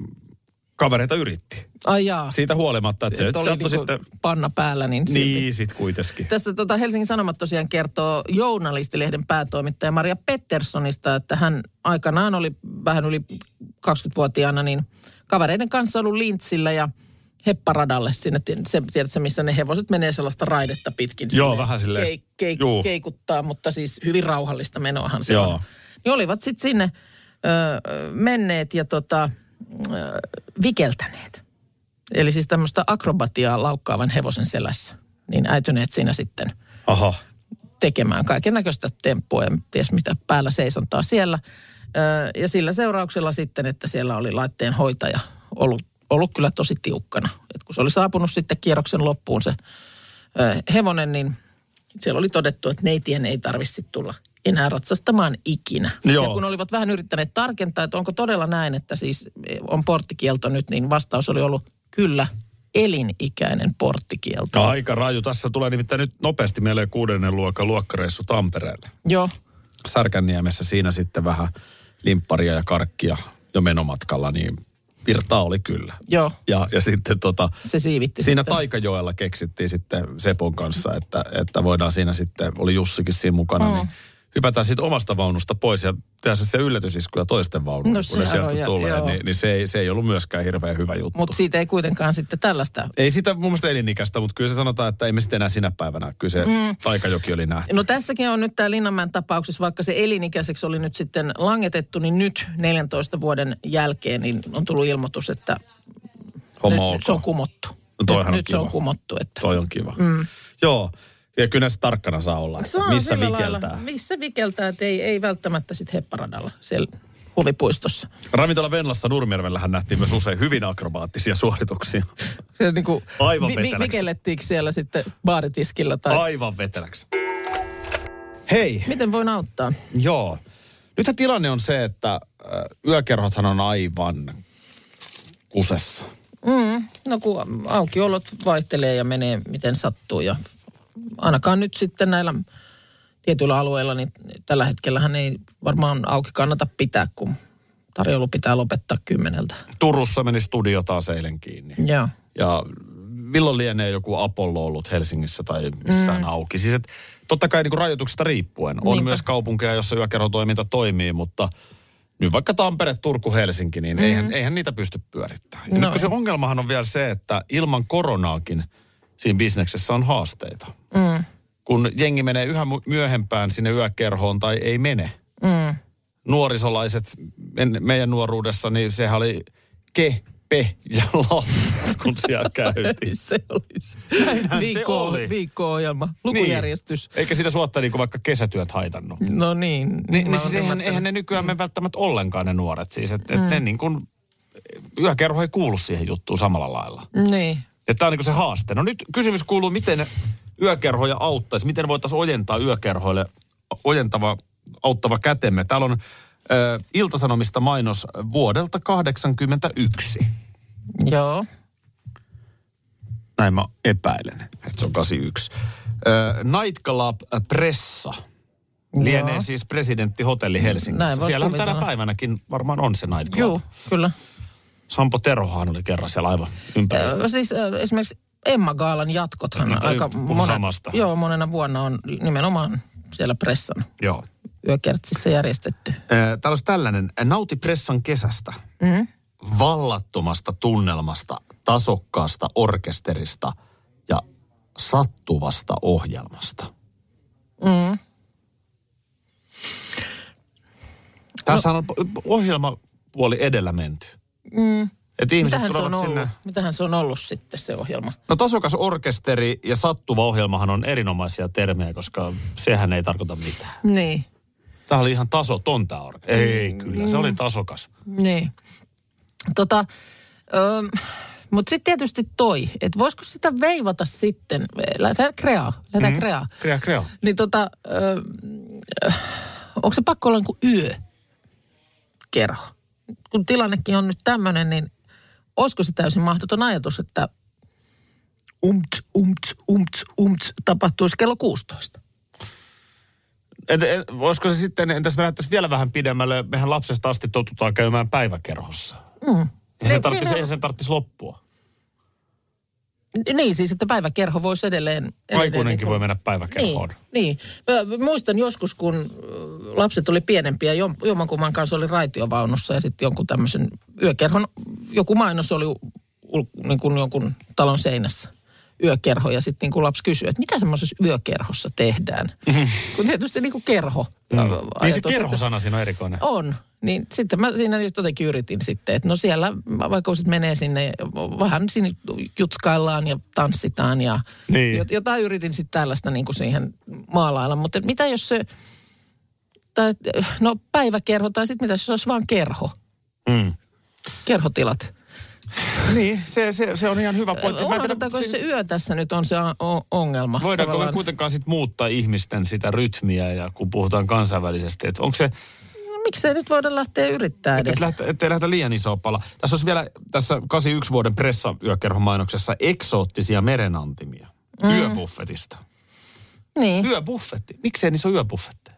[SPEAKER 3] kavereita yritti.
[SPEAKER 2] Ai jaa,
[SPEAKER 3] Siitä huolimatta, että se nyt
[SPEAKER 2] että oli
[SPEAKER 3] saattoi
[SPEAKER 2] niin
[SPEAKER 3] sitten...
[SPEAKER 2] sitten... panna päällä, niin, silti.
[SPEAKER 3] Niin, sit kuitenkin.
[SPEAKER 2] Tässä tota Helsingin Sanomat tosiaan kertoo journalistilehden päätoimittaja Maria Petterssonista, että hän aikanaan oli vähän yli 20-vuotiaana niin kavereiden kanssa ollut lintsillä ja hepparadalle sinne, Tied- se, tiedätkö, missä ne hevoset menee sellaista raidetta pitkin.
[SPEAKER 3] Joo,
[SPEAKER 2] sinne
[SPEAKER 3] vähän silleen,
[SPEAKER 2] Keik, keik,
[SPEAKER 3] juu.
[SPEAKER 2] keikuttaa, mutta siis hyvin rauhallista menoahan se
[SPEAKER 3] Joo.
[SPEAKER 2] on. Niin olivat sitten sinne ö, menneet ja tota, ö, vikeltäneet. Eli siis tämmöistä akrobatiaa laukkaavan hevosen selässä. Niin äityneet siinä sitten
[SPEAKER 3] Aha.
[SPEAKER 2] tekemään kaiken näköistä temppua ja ties mitä päällä seisontaa siellä. Ö, Ja sillä seurauksella sitten, että siellä oli laitteen hoitaja ollut, ollut kyllä tosi tiukkana. Et kun se oli saapunut sitten kierroksen loppuun se ö, hevonen, niin siellä oli todettu, että neitien ei tarvitse tulla enää ratsastamaan ikinä.
[SPEAKER 3] Joo.
[SPEAKER 2] Ja kun olivat vähän yrittäneet tarkentaa, että onko todella näin, että siis on porttikielto nyt, niin vastaus oli ollut kyllä elinikäinen porttikielto.
[SPEAKER 3] Aika raju. Tässä tulee nimittäin nyt nopeasti mieleen kuudennen luokan luokkareissu Tampereelle.
[SPEAKER 2] Joo.
[SPEAKER 3] Särkänniemessä siinä sitten vähän limpparia ja karkkia jo menomatkalla, niin virtaa oli kyllä.
[SPEAKER 2] Joo.
[SPEAKER 3] Ja, ja sitten tota,
[SPEAKER 2] Se siivitti
[SPEAKER 3] siinä
[SPEAKER 2] sitten.
[SPEAKER 3] Taikajoella keksittiin sitten Sepon kanssa, että, että voidaan siinä sitten, oli Jussikin siinä mukana, mm. niin hypätään siitä omasta vaunusta pois ja tehdään se se yllätysiskuja toisten vaunuun,
[SPEAKER 2] No
[SPEAKER 3] no, kun ne
[SPEAKER 2] se
[SPEAKER 3] sieltä
[SPEAKER 2] aro- ja-
[SPEAKER 3] tulee,
[SPEAKER 2] joo.
[SPEAKER 3] niin, niin se, ei, se ei ollut myöskään hirveän hyvä juttu.
[SPEAKER 2] Mutta siitä ei kuitenkaan sitten tällaista.
[SPEAKER 3] Ei sitä mun mielestä elinikäistä, mutta kyllä se sanotaan, että ei me sitten enää sinä päivänä. Kyllä se mm. taikajoki oli nähty.
[SPEAKER 2] No tässäkin on nyt tämä Linnanmäen tapauksessa, vaikka se elinikäiseksi oli nyt sitten langetettu, niin nyt 14 vuoden jälkeen niin on tullut ilmoitus, että
[SPEAKER 3] Homma
[SPEAKER 2] nyt,
[SPEAKER 3] olkoon.
[SPEAKER 2] nyt se on kumottu.
[SPEAKER 3] No toihan
[SPEAKER 2] nyt
[SPEAKER 3] on
[SPEAKER 2] nyt se on
[SPEAKER 3] kiva.
[SPEAKER 2] kumottu. Että.
[SPEAKER 3] Toi on kiva. Mm. Joo, ja kyllä näissä tarkkana saa olla, että
[SPEAKER 2] Se on
[SPEAKER 3] missä
[SPEAKER 2] sillä lailla-
[SPEAKER 3] vikeltää.
[SPEAKER 2] missä vikeltää, että ei, ei välttämättä sitten hepparadalla siellä huvipuistossa.
[SPEAKER 3] Ravintola Venlassa Nurmijärvellähän nähtiin myös usein hyvin akrobaattisia suorituksia.
[SPEAKER 2] Se niin kuin,
[SPEAKER 3] Aivan
[SPEAKER 2] vi,
[SPEAKER 3] veteläksi.
[SPEAKER 2] vikellettiinkö siellä sitten baaritiskillä tai... Ai.
[SPEAKER 3] Aivan veteläksi. Hei,
[SPEAKER 2] Miten voin auttaa?
[SPEAKER 3] joo. Nythän tilanne on se, että äh, yökerhothan on aivan kusessa.
[SPEAKER 2] No kun aukiolot vaihtelee ja menee miten sattuu ja ainakaan nyt sitten näillä tietyillä alueilla, niin tällä hetkellähän ei varmaan auki kannata pitää, kun tarjoulu pitää lopettaa kymmeneltä.
[SPEAKER 3] Turussa meni studio taas eilen kiinni.
[SPEAKER 2] Joo.
[SPEAKER 3] Ja milloin lienee joku Apollo ollut Helsingissä tai missään mm. auki? Siis et, totta kai niin rajoituksista riippuen. On
[SPEAKER 2] Niinpä.
[SPEAKER 3] myös kaupunkeja, jossa yökerhotoiminta toimii, mutta nyt vaikka Tampere, Turku, Helsinki, niin mm. eihän, eihän niitä pysty pyörittämään. No. Nyt
[SPEAKER 2] No
[SPEAKER 3] kun se ongelmahan on vielä se, että ilman koronaakin siinä bisneksessä on haasteita. Mm. Kun jengi menee yhä mu- myöhempään sinne yökerhoon tai ei mene. Mm. Nuorisolaiset, en, meidän nuoruudessa, niin sehän oli ke, pe ja la, kun siellä käytiin.
[SPEAKER 2] Niin Se olisi
[SPEAKER 3] Näinhän se
[SPEAKER 2] viikko,
[SPEAKER 3] oli.
[SPEAKER 2] viikko-ohjelma, lukujärjestys.
[SPEAKER 3] Niin. Eikä sitä suotta niin vaikka kesätyöt haitannut.
[SPEAKER 2] Niin. No niin.
[SPEAKER 3] Ni,
[SPEAKER 2] mä
[SPEAKER 3] niin siis
[SPEAKER 2] oon
[SPEAKER 3] eihän,
[SPEAKER 2] ymmärtänyt. Mm.
[SPEAKER 3] eihän ne nykyään mene välttämättä ollenkaan ne nuoret siis. Että et ne niin kuin, yökerho ei kuulu siihen juttuun samalla lailla.
[SPEAKER 2] Niin.
[SPEAKER 3] Ja tämä on niin se haaste. No nyt kysymys kuuluu, miten yökerhoja auttaisi? Miten voitaisiin ojentaa yökerhoille ojentava, auttava kätemme? Täällä on ö, Iltasanomista mainos vuodelta 81.
[SPEAKER 2] Joo.
[SPEAKER 3] Näin mä epäilen, että se on 81. Ö, Night Club Pressa. Lienee
[SPEAKER 2] Joo.
[SPEAKER 3] siis presidenttihotelli Helsingissä.
[SPEAKER 2] Näin vois
[SPEAKER 3] Siellä tänä
[SPEAKER 2] kuvitella.
[SPEAKER 3] päivänäkin varmaan on se Night Club.
[SPEAKER 2] Joo, kyllä.
[SPEAKER 3] Sampo Terohan oli kerran siellä aivan ympärillä.
[SPEAKER 2] Ö, Siis ö, esimerkiksi Emma Gaalan jatkothan
[SPEAKER 3] No, toi
[SPEAKER 2] aika
[SPEAKER 3] puhuu samasta.
[SPEAKER 2] joo, monena vuonna on nimenomaan siellä pressan
[SPEAKER 3] Joo.
[SPEAKER 2] yökertsissä järjestetty.
[SPEAKER 3] Ö, Täällä olisi tällainen. Nauti pressan kesästä. Mm-hmm. Vallattomasta tunnelmasta, tasokkaasta orkesterista ja sattuvasta ohjelmasta. Mm.
[SPEAKER 2] Mm-hmm.
[SPEAKER 3] Tässä
[SPEAKER 2] No-
[SPEAKER 3] on ohjelmapuoli edellä menty. Mm. Et ihmiset
[SPEAKER 2] Mm-hmm. Mitähän se, on
[SPEAKER 3] tulevat
[SPEAKER 2] ollut?
[SPEAKER 3] sinne.
[SPEAKER 2] Mitähän se on ollut sitten se ohjelma?
[SPEAKER 3] No tasokas orkesteri ja sattuva ohjelmahan on erinomaisia termejä, koska sehän ei tarkoita mitään.
[SPEAKER 2] Niin,
[SPEAKER 3] Tämä oli ihan tasoton tämä orkesteri. Ei, kyllä, se
[SPEAKER 2] Mm.
[SPEAKER 3] oli tasokas.
[SPEAKER 2] niin. Tota, mutta sitten tietysti toi, että voisiko sitä veivata sitten, lähdetään kreaa, lähdetään
[SPEAKER 3] Mm-hmm.
[SPEAKER 2] mm. kreaa.
[SPEAKER 3] Krea, krea.
[SPEAKER 2] Niin tota, ö, ö, onko se pakko olla niin yö kerho? Kun tilannekin on nyt tämmöinen, niin olisiko se täysin mahdoton ajatus, että umt, umt, umt, umt tapahtuisi kello 16?
[SPEAKER 3] Et, et, olisiko se sitten, entäs me lähdettäisiin vielä vähän pidemmälle, mehän lapsesta asti totutaan käymään päiväkerhossa. Mm. Eihän sen
[SPEAKER 2] Niin,
[SPEAKER 3] tarvitsisi,
[SPEAKER 2] niin,
[SPEAKER 3] eihän sen tarvitsisi loppua.
[SPEAKER 2] Niin siis, että päiväkerho voisi edelleen... edelleen niin
[SPEAKER 3] Aikuinenkin
[SPEAKER 2] kuin-
[SPEAKER 3] voi mennä päiväkerhoon.
[SPEAKER 2] Niin, niin. Mä muistan joskus, kun äh, lapset oli pienempiä, jom- jommankumman kanssa oli raitiovaunussa ja sitten jonkun tämmöisen yökerhon, joku mainos oli u- ul- niin kuin jonkun talon seinässä yökerho ja sitten niin kuin lapsi kysyy, että mitä semmoisessa yökerhossa tehdään? kun tietysti niin kuin kerho. Mm.
[SPEAKER 3] Mm-hmm. Niin se kerhosana siinä on erikoinen.
[SPEAKER 2] On. Niin sitten mä siinä just jotenkin yritin sitten, että no siellä mä vaikka sitten menee sinne, vähän sinne jutskaillaan ja tanssitaan ja
[SPEAKER 3] Niin.
[SPEAKER 2] jot- jotain yritin sitten tällaista niin kuin siihen maalailla. Mutta et mitä jos se, tai, no päiväkerho tai sitten mitä jos se olisi vaan kerho,
[SPEAKER 3] Mm.
[SPEAKER 2] kerhotilat.
[SPEAKER 3] Niin, se, se, se on ihan hyvä pointti. Mä en tiedä,
[SPEAKER 2] Unohdetaanko
[SPEAKER 3] siis-
[SPEAKER 2] se yö tässä nyt on se a- o- ongelma?
[SPEAKER 3] Voidaanko me
[SPEAKER 2] tavallaan?
[SPEAKER 3] kuitenkaan sit muuttaa ihmisten sitä rytmiä ja kun puhutaan kansainvälisesti, että onko se,
[SPEAKER 2] No, miksei nyt voida lähteä yrittää
[SPEAKER 3] että
[SPEAKER 2] edes?
[SPEAKER 3] lähtä, ettei lähdetä liian isoa pala. Tässä olisi vielä tässä 81 vuoden pressayökerhon mainoksessa eksoottisia merenantimia mm. yöbuffetista.
[SPEAKER 2] Niin,
[SPEAKER 3] Yöbuffetti, miksei niissä ole yöbuffetteja?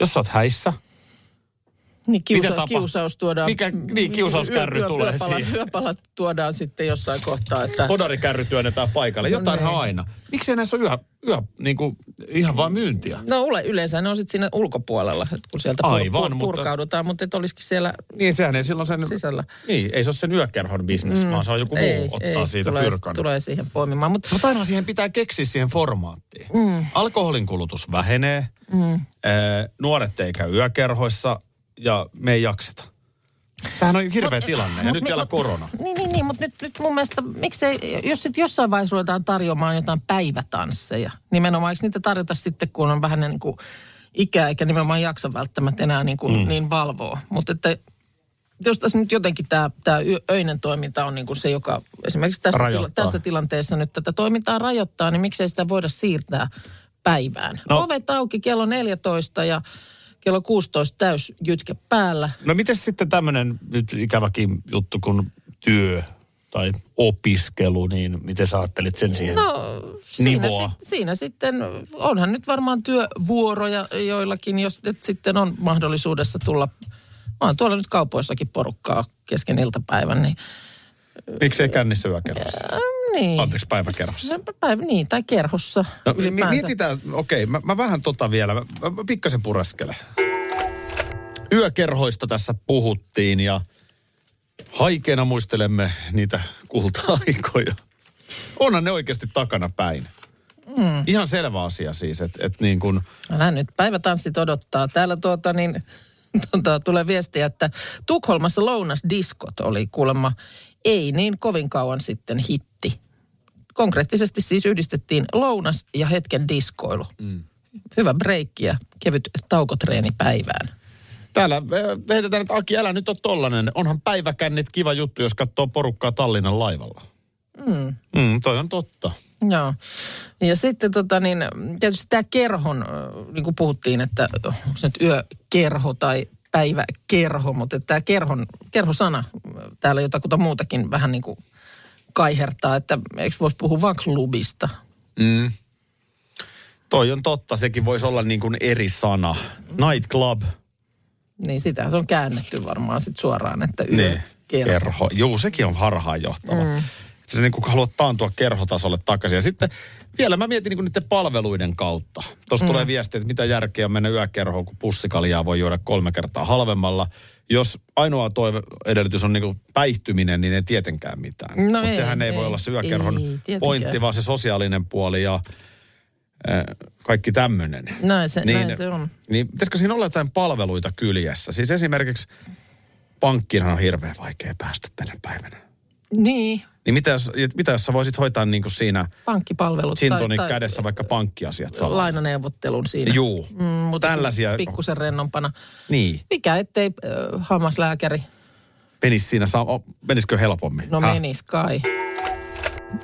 [SPEAKER 3] Jos sä oot häissä,
[SPEAKER 2] niin
[SPEAKER 3] Mitä
[SPEAKER 2] kiusa,
[SPEAKER 3] tapahtuu?
[SPEAKER 2] kiusaus tuodaan.
[SPEAKER 3] Mikä- niin, kiusauskärry tulee
[SPEAKER 2] yöpalat,
[SPEAKER 3] siihen.
[SPEAKER 2] Yöpalat tuodaan sitten jossain kohtaa, että
[SPEAKER 3] podarikärry työnnetään paikalle, jotainhan aina. Miksei näissä ole yö, yö niin kuin, ihan vaan myyntiä?
[SPEAKER 2] No ule, yleensä ne on sitten siinä ulkopuolella, että kun sieltä pur-
[SPEAKER 3] Aivan,
[SPEAKER 2] pur-
[SPEAKER 3] mutta-
[SPEAKER 2] purkaudutaan, mutta, et olisikin siellä
[SPEAKER 3] Niin, sehän ei silloin sen...
[SPEAKER 2] sisällä.
[SPEAKER 3] Niin, ei se ole sen yökerhon bisnes, mm. vaan se on joku muu
[SPEAKER 2] ei,
[SPEAKER 3] ottaa
[SPEAKER 2] ei,
[SPEAKER 3] siitä
[SPEAKER 2] tulee,
[SPEAKER 3] fyrkan.
[SPEAKER 2] tulee siihen poimimaan, mutta
[SPEAKER 3] Mutta aina siihen pitää keksiä siihen formaattiin. Mm. Alkoholin kulutus vähenee, mm. äh, nuoret ei käy yökerhoissa ja me ei jakseta. Tämähän on hirveä tilanne ja nyt
[SPEAKER 2] mi-
[SPEAKER 3] vielä korona.
[SPEAKER 2] Niin, niin, niin mutta nyt, nyt mun mielestä, miksei, jos sitten jossain vaiheessa ruvetaan tarjoamaan jotain päivätansseja, nimenomaan, eikö niitä tarjota sitten, kun on vähän niin kuin ikää, eikä nimenomaan jaksa välttämättä enää niin, kuin, mm. niin valvoa. Mutta että jos tässä nyt jotenkin tämä, tämä öinen toiminta on niin kuin se, joka esimerkiksi tässä, tila,
[SPEAKER 3] Rajoittaa.
[SPEAKER 2] tässä tilanteessa nyt tätä toimintaa rajoittaa, niin miksei sitä voida siirtää päivään.
[SPEAKER 3] No.
[SPEAKER 2] No. Ovet auki kello 14 ja kello 16 täys jytkä päällä.
[SPEAKER 3] No miten sitten tämmöinen nyt ikäväkin juttu kuin työ tai opiskelu, niin miten sä ajattelit sen siihen?
[SPEAKER 2] No siinä,
[SPEAKER 3] Nivoa.
[SPEAKER 2] sit, siinä sitten, onhan nyt varmaan työvuoroja joillakin, jos nyt sitten on mahdollisuudessa tulla, mä oon tuolla nyt kaupoissakin porukkaa kesken iltapäivän, niin,
[SPEAKER 3] Miksei kännissä yökerhossa?
[SPEAKER 2] äh, niin.
[SPEAKER 3] Anteeksi, päiväkerhossa.
[SPEAKER 2] No, päivä, niin, tai kerhossa
[SPEAKER 3] No,
[SPEAKER 2] no,
[SPEAKER 3] mi- mi- mietitään, okei, mä, mä vähän tota vielä, mä, mä mä pikkasen pureskelen. Yökerhoista tässä puhuttiin ja haikeena muistelemme niitä kulta-aikoja. Onhan ne oikeasti takana päin. Mm. Ihan selvä asia siis, että et niin kuin,
[SPEAKER 2] Älä nyt, päivätanssit odottaa. Täällä tuota niin, tuota, tulee viestiä, että Tukholmassa lounasdiskot oli kuulemma ei niin kovin kauan sitten hitti. Konkreettisesti siis yhdistettiin lounas ja hetken diskoilu. Mm. Hyvä breikki ja kevyt taukotreeni päivään.
[SPEAKER 3] täällä ö, heitetään, että Aki, älä nyt ole tollanen. Onhan päiväkännit kiva juttu, jos katsoo porukkaa Tallinnan laivalla. Mm. Mm, toi on totta.
[SPEAKER 2] Joo. Ja sitten tota niin, tietysti tämä kerhon, äh, niin kuin puhuttiin, että onko se nyt yökerho tai päiväkerho, mutta tämä kerhon, kerhosana äh, täällä jotakuta muutakin vähän niin kuin kaihertaa, että eikö voisi puhua vaan klubista.
[SPEAKER 3] Mm. Toi on totta, sekin voisi olla niin kuin eri sana. Nightclub,
[SPEAKER 2] Niin sitähän se on käännetty varmaan sitten suoraan, että
[SPEAKER 3] niin.
[SPEAKER 2] yökerho. Niin.
[SPEAKER 3] kerho. Juu, sekin on harhaanjohtava. Mm. Sä niin kuin haluat taantua kerhotasolle takaisin. Ja sitten vielä mä mietin niin kuin niiden palveluiden kautta. Tuossa mm. tulee viesti, että mitä järkeä on mennä yökerhoon, kun pussikaljaa voi juoda kolme kertaa halvemmalla. Jos ainoa toive edellytys on niin kuin päihtyminen, niin ei tietenkään mitään.
[SPEAKER 2] No
[SPEAKER 3] Mutta
[SPEAKER 2] ei,
[SPEAKER 3] sehän ei,
[SPEAKER 2] ei,
[SPEAKER 3] voi olla se
[SPEAKER 2] ei,
[SPEAKER 3] yökerhon
[SPEAKER 2] tietenkään.
[SPEAKER 3] pointti, vaan se sosiaalinen puoli ja äh, kaikki tämmöinen.
[SPEAKER 2] Näin se- näin se on.
[SPEAKER 3] Niin pitäisikö siinä olla jotain palveluita kyljessä? Siis esimerkiksi pankkiinhan on hirveän vaikea päästä tänä päivänä.
[SPEAKER 2] niin,
[SPEAKER 3] Niin mitä jos, mitä jos sä voisit hoitaa niin kuin siinä
[SPEAKER 2] pankkipalvelut.
[SPEAKER 3] sintonin kädessä vaikka pankkiasiat salaa?
[SPEAKER 2] Lainaneuvottelun siinä.
[SPEAKER 3] Juu.
[SPEAKER 2] Mm, mutta
[SPEAKER 3] Tällaisia.
[SPEAKER 2] Pikkusen rennompana.
[SPEAKER 3] Niin.
[SPEAKER 2] Mikä ettei äh, hammaslääkäri
[SPEAKER 3] Menis siinä, saa, o, menisikö helpommin?
[SPEAKER 2] No
[SPEAKER 3] Häh?
[SPEAKER 2] menis kai.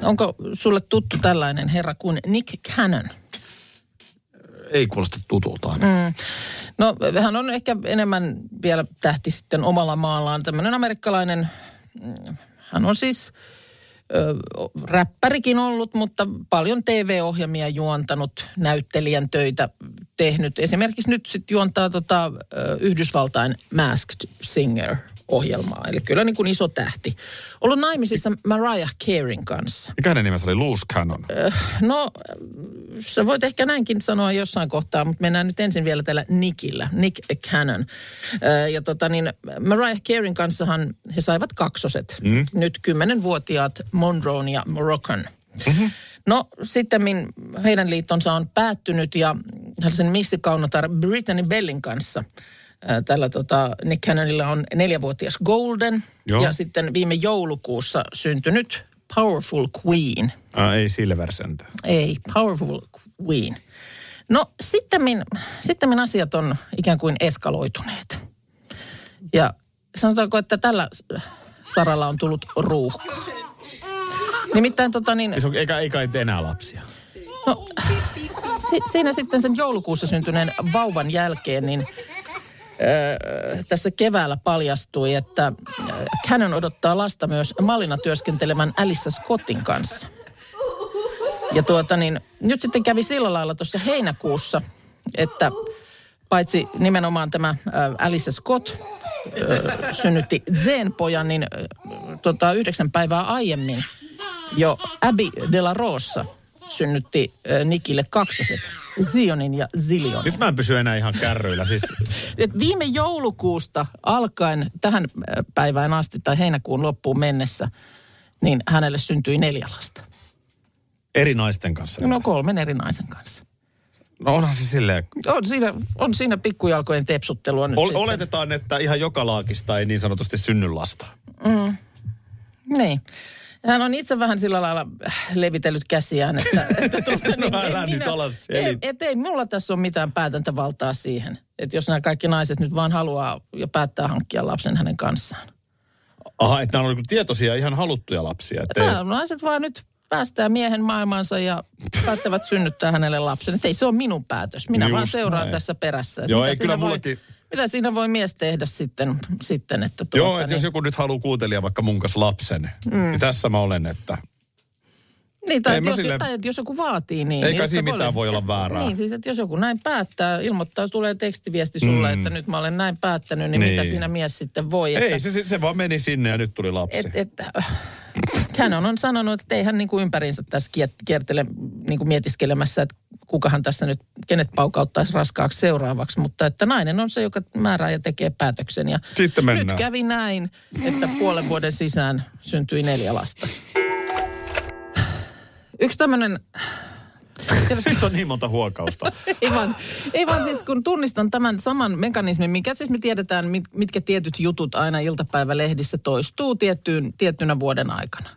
[SPEAKER 2] Onko sulle tuttu tällainen herra kuin Nick Cannon?
[SPEAKER 3] Ei kuulosta tutulta. Mm.
[SPEAKER 2] No hän on ehkä enemmän vielä tähti sitten omalla maallaan. Tämmöinen amerikkalainen, mm, hän on siis ö, räppärikin ollut, mutta paljon TV-ohjelmia juontanut, näyttelijän töitä tehnyt. Esimerkiksi nyt sitten juontaa tota, ö, Yhdysvaltain Masked Singer – ohjelmaa. Eli kyllä niin kuin iso tähti. Ollut naimisissa Mariah Careyn kanssa.
[SPEAKER 3] Mikä hänen nimensä oli? Loose Cannon.
[SPEAKER 2] No, sä voit ehkä näinkin sanoa jossain kohtaa, mutta mennään nyt ensin vielä tällä Nickillä, Nick Cannon. Ö, Ja tota niin, Mariah Careyn kanssahan he saivat kaksoset. Mm. Nyt kymmenenvuotiaat Monroon ja Moroccan. Mm-hmm. No sitten heidän liittonsa on päättynyt ja sen missikaunotar Brittany Bellin kanssa. Ö, Tällä tota, Nick Cannonilla on neljävuotias Golden
[SPEAKER 3] Joo.
[SPEAKER 2] ja sitten viime joulukuussa syntynyt Powerful Queen –
[SPEAKER 3] Ää, ei Silver sentään.
[SPEAKER 2] ei, Powerful Queen. No sitten sittemmin asiat on ikään kuin eskaloituneet. Ja sanotaanko, että tällä s- saralla on tullut ruuhka. Nimittäin tota niin,
[SPEAKER 3] Ei se on- Eikä, eikä ei enää lapsia.
[SPEAKER 2] no, si, siinä sitten sen joulukuussa syntyneen vauvan jälkeen, niin öö, tässä keväällä paljastui, että öö, Cannon odottaa lasta myös Malina työskentelevän Alissa Scottin kanssa. Ja tuota niin, nyt sitten kävi sillä lailla tuossa heinäkuussa, että paitsi nimenomaan tämä ää, Alice Scott ää, synnytti Zen-pojan, niin ää, tota, yhdeksän päivää aiemmin jo Abby de la Rosa synnytti ää, Nikille kaksoset, Zionin ja Zilionin.
[SPEAKER 3] Nyt mä en pysy enää ihan kärryillä. Siis,
[SPEAKER 2] Et viime joulukuusta alkaen tähän äh, päivään asti tai heinäkuun loppuun mennessä, niin hänelle syntyi neljä lasta.
[SPEAKER 3] eri naisten kanssa.
[SPEAKER 2] No kolmen eri naisen kanssa.
[SPEAKER 3] no onhan se silleen.
[SPEAKER 2] On siinä, on siinä pikkujalkojen tepsuttelua nyt
[SPEAKER 3] Ol,
[SPEAKER 2] sitten.
[SPEAKER 3] oletetaan, että ihan joka laakista ei niin sanotusti synny lasta.
[SPEAKER 2] Niin. Hän on itse vähän sillä lailla äh, levitellyt käsiään, että, että tuota, niin,
[SPEAKER 3] älä
[SPEAKER 2] en
[SPEAKER 3] nyt ala
[SPEAKER 2] ei,
[SPEAKER 3] selittää.
[SPEAKER 2] et ei mulla tässä ole mitään päätäntävaltaa siihen, että jos nämä kaikki naiset nyt vaan haluaa ja päättää hankkia lapsen hänen kanssaan.
[SPEAKER 3] Aha, että nämä on niinku tietoisia, ihan haluttuja lapsia. Että ei-
[SPEAKER 2] Nämä naiset vaan nyt päästää miehen maailmaansa ja päättävät synnyttää hänelle lapsen. Että ei se ole minun päätös. Minä
[SPEAKER 3] Just
[SPEAKER 2] vaan seuraan
[SPEAKER 3] näin.
[SPEAKER 2] tässä perässä. että
[SPEAKER 3] Joo,
[SPEAKER 2] mitä
[SPEAKER 3] ei,
[SPEAKER 2] siinä
[SPEAKER 3] kyllä
[SPEAKER 2] voi-
[SPEAKER 3] mullakin-
[SPEAKER 2] Mitä siinä voi mies tehdä sitten? sitten että tuota,
[SPEAKER 3] Joo, että jos joku nyt haluaa kuutelija vaikka mun kanssa lapsen, mm. niin tässä mä olen, että
[SPEAKER 2] Niin, tai,
[SPEAKER 3] Ei
[SPEAKER 2] että
[SPEAKER 3] mä
[SPEAKER 2] jos,
[SPEAKER 3] silleen-
[SPEAKER 2] tai että jos joku vaatii, niin...
[SPEAKER 3] Ei
[SPEAKER 2] niin
[SPEAKER 3] kai
[SPEAKER 2] jos
[SPEAKER 3] siinä
[SPEAKER 2] sä
[SPEAKER 3] mitään voi olla väärää.
[SPEAKER 2] Niin, siis että jos joku näin päättää, ilmoittaa, tulee tekstiviesti sulle, mm. että nyt mä olen näin päättänyt, niin, niin. mitä
[SPEAKER 3] Niin.
[SPEAKER 2] siinä mies sitten voi?
[SPEAKER 3] ei,
[SPEAKER 2] että,
[SPEAKER 3] se, se- se vaan meni sinne ja nyt tuli lapsi.
[SPEAKER 2] et, et, hän on, on sanonut, että ei hän niin kuin ympäriinsä tässä kiet- kiertele niin kuin mietiskelemässä, että kukahan tässä nyt, kenet paukauttaisi raskaaksi seuraavaksi, mutta että nainen on se, joka määrää ja tekee päätöksen. Ja
[SPEAKER 3] Sitten mennään.
[SPEAKER 2] Nyt kävi näin, että puolen vuoden sisään syntyi neljä lasta. Yksi tämmöinen
[SPEAKER 3] Nyt on niin monta huokausta.
[SPEAKER 2] ei vaan, ei vaan siis kun tunnistan tämän saman mekanismin, mikä siis me tiedetään, mit, mitkä tietyt jutut aina iltapäivälehdissä toistuu tiettyyn, tiettynä vuoden aikana.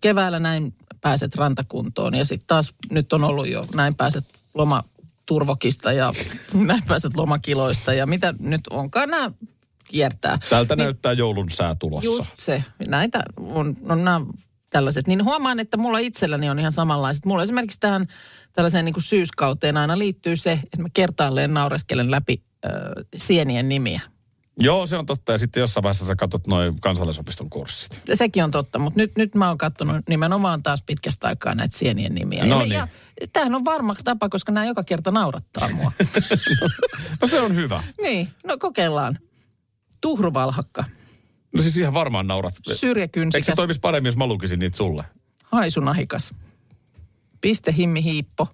[SPEAKER 2] Keväällä näin pääset rantakuntoon ja sitten taas nyt on ollut jo näin pääset lomaturvokista ja näin pääset lomakiloista ja mitä nyt onkaan nämä kiertää.
[SPEAKER 3] Tältä näyttää joulun sää tulossa.
[SPEAKER 2] Niin. Just se. Näitä on, on nämä tällaiset. Niin huomaan, että mulla itselläni on ihan samanlaiset. Mulla esimerkiksi tähän tällaiseen niin kuin syyskauteen aina liittyy se, että mä kertaalleen naureskelen läpi ö, sienien nimiä.
[SPEAKER 3] Joo, se on totta. Ja sitten jossain vaiheessa sä katsot noin kansallisopiston kurssit.
[SPEAKER 2] Sekin on totta, mutta nyt, nyt mä oon katsonut nimenomaan taas pitkästä aikaa näitä sienien nimiä.
[SPEAKER 3] No
[SPEAKER 2] Ja-
[SPEAKER 3] niin.
[SPEAKER 2] ja tämähän on varma tapa, koska nämä joka kerta naurattaa mua.
[SPEAKER 3] No se on hyvä.
[SPEAKER 2] niin, no kokeillaan. Tuhruvalhakka,
[SPEAKER 3] No siis ihan varmaan naurat. Eikö se
[SPEAKER 2] syrjäkynsikäs,
[SPEAKER 3] toimisi paremmin, jos mä lukisin niitä sulle?
[SPEAKER 2] haisunahikas, pistehimmi hiippo,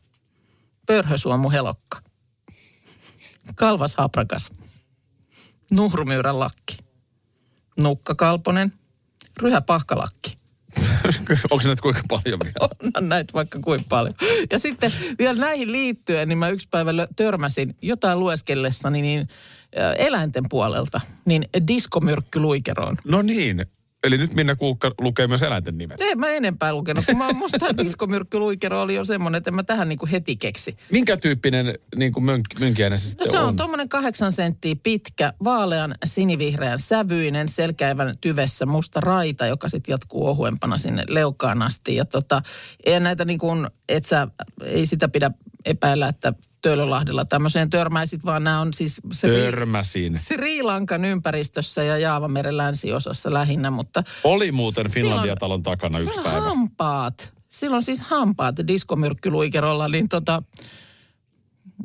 [SPEAKER 2] pörhösuomu helokka, kalvas haprakas, nuhrumyyrän lakki, nukkakalponen, ryhä pahkalakki.
[SPEAKER 3] Onko näitä kuinka paljon vielä?
[SPEAKER 2] Onhan näitä vaikka kuin paljon. Ja sitten vielä näihin liittyen, niin mä yksi päivä lö- törmäsin jotain lueskellessani niin ö, eläinten puolelta, niin diskomyrkkyluikeroon.
[SPEAKER 3] No niin. Eli nyt Minna Kuukka lukee myös eläinten nimet.
[SPEAKER 2] En mä enempää lukenut, kun mä oon musta diskomyrkkyluikero oli jo semmoinen, että en mä tähän niinku heti keksi.
[SPEAKER 3] Minkä tyyppinen niin kuin mönk- mönkiäinen se sitten
[SPEAKER 2] No se on tuommoinen kahdeksan senttiä pitkä, vaalean sinivihreän sävyinen, selkäivän tyvessä musta raita, joka sitten jatkuu ohuempana sinne leukaan asti. Ja tota, ei näitä niin kuin, et sä, ei sitä pidä epäillä, että Töölölahdella tämmöiseen törmäisit, vaan nämä on siis Sri,
[SPEAKER 3] Törmäsin.
[SPEAKER 2] Sri Lankan ympäristössä ja Jaavameren länsiosassa lähinnä, mutta
[SPEAKER 3] Oli muuten
[SPEAKER 2] Silloin-
[SPEAKER 3] Finlandia-talon takana yksi
[SPEAKER 2] Silloin
[SPEAKER 3] päivä.
[SPEAKER 2] hampaat. Silloin siis hampaat diskomyrkkyluikerolla, niin tota,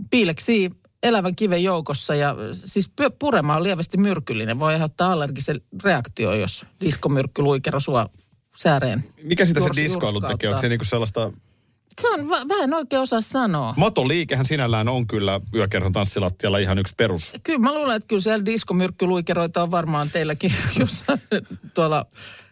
[SPEAKER 2] piileksi elävän kiven joukossa ja siis py- purema on lievästi myrkyllinen. Voi aiheuttaa allergisen reaktio, jos diskomyrkkyluikero sua sääreen.
[SPEAKER 3] Mikä sitä se
[SPEAKER 2] jurs-
[SPEAKER 3] diskoilu tekee? Onko
[SPEAKER 2] jurskauttaa.
[SPEAKER 3] se niinku sellaista...
[SPEAKER 2] Se on, va- vähän oikein osaa sanoa.
[SPEAKER 3] Matoliikehän sinällään on kyllä yökerhon tanssilattialla ihan yksi perus.
[SPEAKER 2] Kyllä mä luulen, että kyllä siellä diskomyrkkyluikeroita on varmaan teilläkin jossain tuolla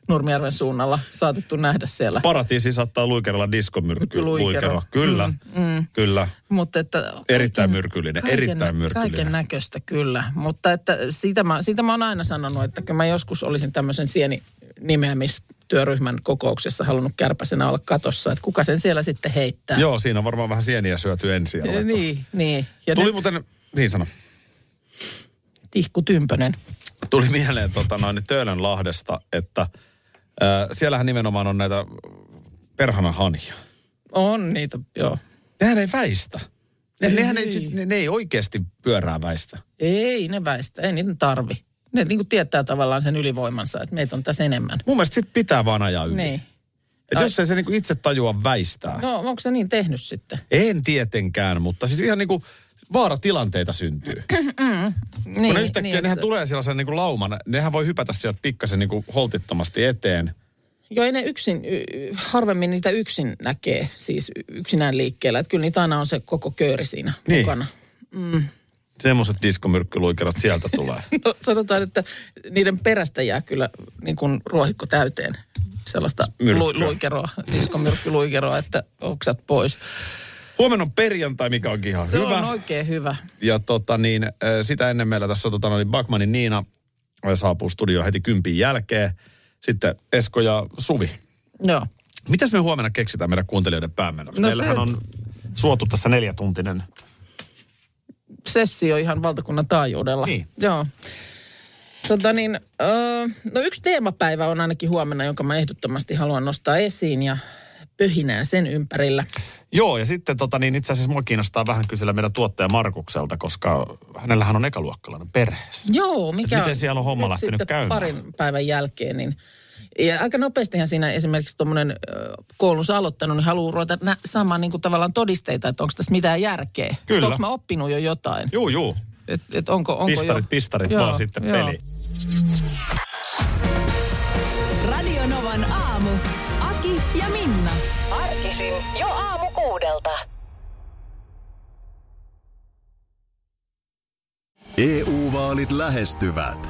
[SPEAKER 2] Nurmijärven suunnalla saatettu nähdä siellä.
[SPEAKER 3] Paratiisi saattaa luikerella
[SPEAKER 2] Luikero.
[SPEAKER 3] diskomyrkkyluikero. Kyllä, mm, mm. kyllä.
[SPEAKER 2] Mutta että
[SPEAKER 3] Erittäin myrkyllinen, erittäin myrkyllinen.
[SPEAKER 2] Kaiken näköistä kyllä, mutta että siitä mä, siitä mä oon aina sanonut, että kyllä mä joskus olisin tämmöisen sieni nimeämistyöryhmän kokouksessa halunnut kärpäsenä olla katossa, että kuka sen siellä sitten heittää.
[SPEAKER 3] Joo, siinä on varmaan vähän sieniä syöty ensin. ja laitettu.
[SPEAKER 2] Niin, niin. Ja
[SPEAKER 3] Tuli
[SPEAKER 2] nyt
[SPEAKER 3] muuten, niin sano.
[SPEAKER 2] Tihku Tympönen.
[SPEAKER 3] Tuli mieleen tota, noin Töölönlahdesta, että ää, siellähän nimenomaan on näitä perhana hania.
[SPEAKER 2] On niitä, joo.
[SPEAKER 3] Nehän ei väistä. Ne,
[SPEAKER 2] Ei.
[SPEAKER 3] nehän ei, siis, ne, ne ei oikeasti pyörää väistä.
[SPEAKER 2] Ei ne väistä, ei niitä tarvi. Ne niin kuin tietää tavallaan sen ylivoimansa, että meitä on tässä enemmän.
[SPEAKER 3] Mun mielestä sit pitää vaan ajaa yli.
[SPEAKER 2] Niin.
[SPEAKER 3] Et jos ei se niinku itse tajua väistää.
[SPEAKER 2] No onko se niin tehnyt sitten?
[SPEAKER 3] En tietenkään, mutta siis ihan niinku vaaratilanteita syntyy.
[SPEAKER 2] Niin,
[SPEAKER 3] Kun ne No yhtäkkiä,
[SPEAKER 2] että-
[SPEAKER 3] nehän tulee sellaisen niinku lauman, nehän voi hypätä sieltä pikkasen niinku holtittomasti eteen.
[SPEAKER 2] Joo, ei ne yksin, y- y- harvemmin niitä yksin näkee, siis y- yksinään liikkeellä. Että kyllä niitä aina on se koko kööri siinä
[SPEAKER 3] Niin.
[SPEAKER 2] niin. mukana.
[SPEAKER 3] Semmoiset diskomyrkkyluikerot sieltä tulee.
[SPEAKER 2] No, sanotaan, että niiden perästä jää kyllä niin kuin ruohikko täyteen sellaista lu-
[SPEAKER 3] Myrkkyä.
[SPEAKER 2] luikeroa, diskomyrkkyluikeroa, että oksat pois.
[SPEAKER 3] Huomenna on perjantai, mikä onkin ihan
[SPEAKER 2] Se
[SPEAKER 3] hyvä.
[SPEAKER 2] on oikein hyvä.
[SPEAKER 3] Ja tota niin, äh, sitä ennen meillä tässä tota, noin Bakmanin Niina äh, saapuu studioon heti kympin jälkeen. Sitten Esko ja Suvi.
[SPEAKER 2] Joo.
[SPEAKER 3] Mitäs me huomenna keksitään meidän kuuntelijoiden päämenoksi? No
[SPEAKER 2] No
[SPEAKER 3] Meillähän
[SPEAKER 2] se-
[SPEAKER 3] on suotu tässä neljätuntinen.
[SPEAKER 2] sessio ihan valtakunnan taajuudella.
[SPEAKER 3] Niin.
[SPEAKER 2] Joo. Tota niin, öö, no yksi teemapäivä on ainakin huomenna, jonka mä ehdottomasti haluan nostaa esiin ja pöhinää sen ympärillä.
[SPEAKER 3] Joo, ja sitten tota, niin itse asiassa mua kiinnostaa vähän kysellä meidän tuottaja Markukselta, koska hänellähän on ekaluokkalainen perheessä.
[SPEAKER 2] Joo, mikä
[SPEAKER 3] miten siellä on homma
[SPEAKER 2] nyt
[SPEAKER 3] lähtenyt
[SPEAKER 2] sitten
[SPEAKER 3] käymään?
[SPEAKER 2] parin päivän jälkeen, niin ja aika nopeastihan siinä esimerkiksi tuommoinen koulunsa aloittanut, niin haluaa ruveta nä- saamaan niin kuin tavallaan todisteita, että onko tässä mitään järkeä.
[SPEAKER 3] Kyllä.
[SPEAKER 2] Onko mä oppinut jo jotain?
[SPEAKER 3] Joo, joo.
[SPEAKER 2] Et, et onko, onko
[SPEAKER 3] Pistarit,
[SPEAKER 2] jo...
[SPEAKER 3] pistarit
[SPEAKER 2] Joo,
[SPEAKER 3] vaan sitten
[SPEAKER 2] joo.
[SPEAKER 3] peli.
[SPEAKER 1] Radio Novan aamu. Aki ja Minna.
[SPEAKER 7] Arkisin jo aamu kuudelta.
[SPEAKER 5] EU-vaalit E lähestyvät.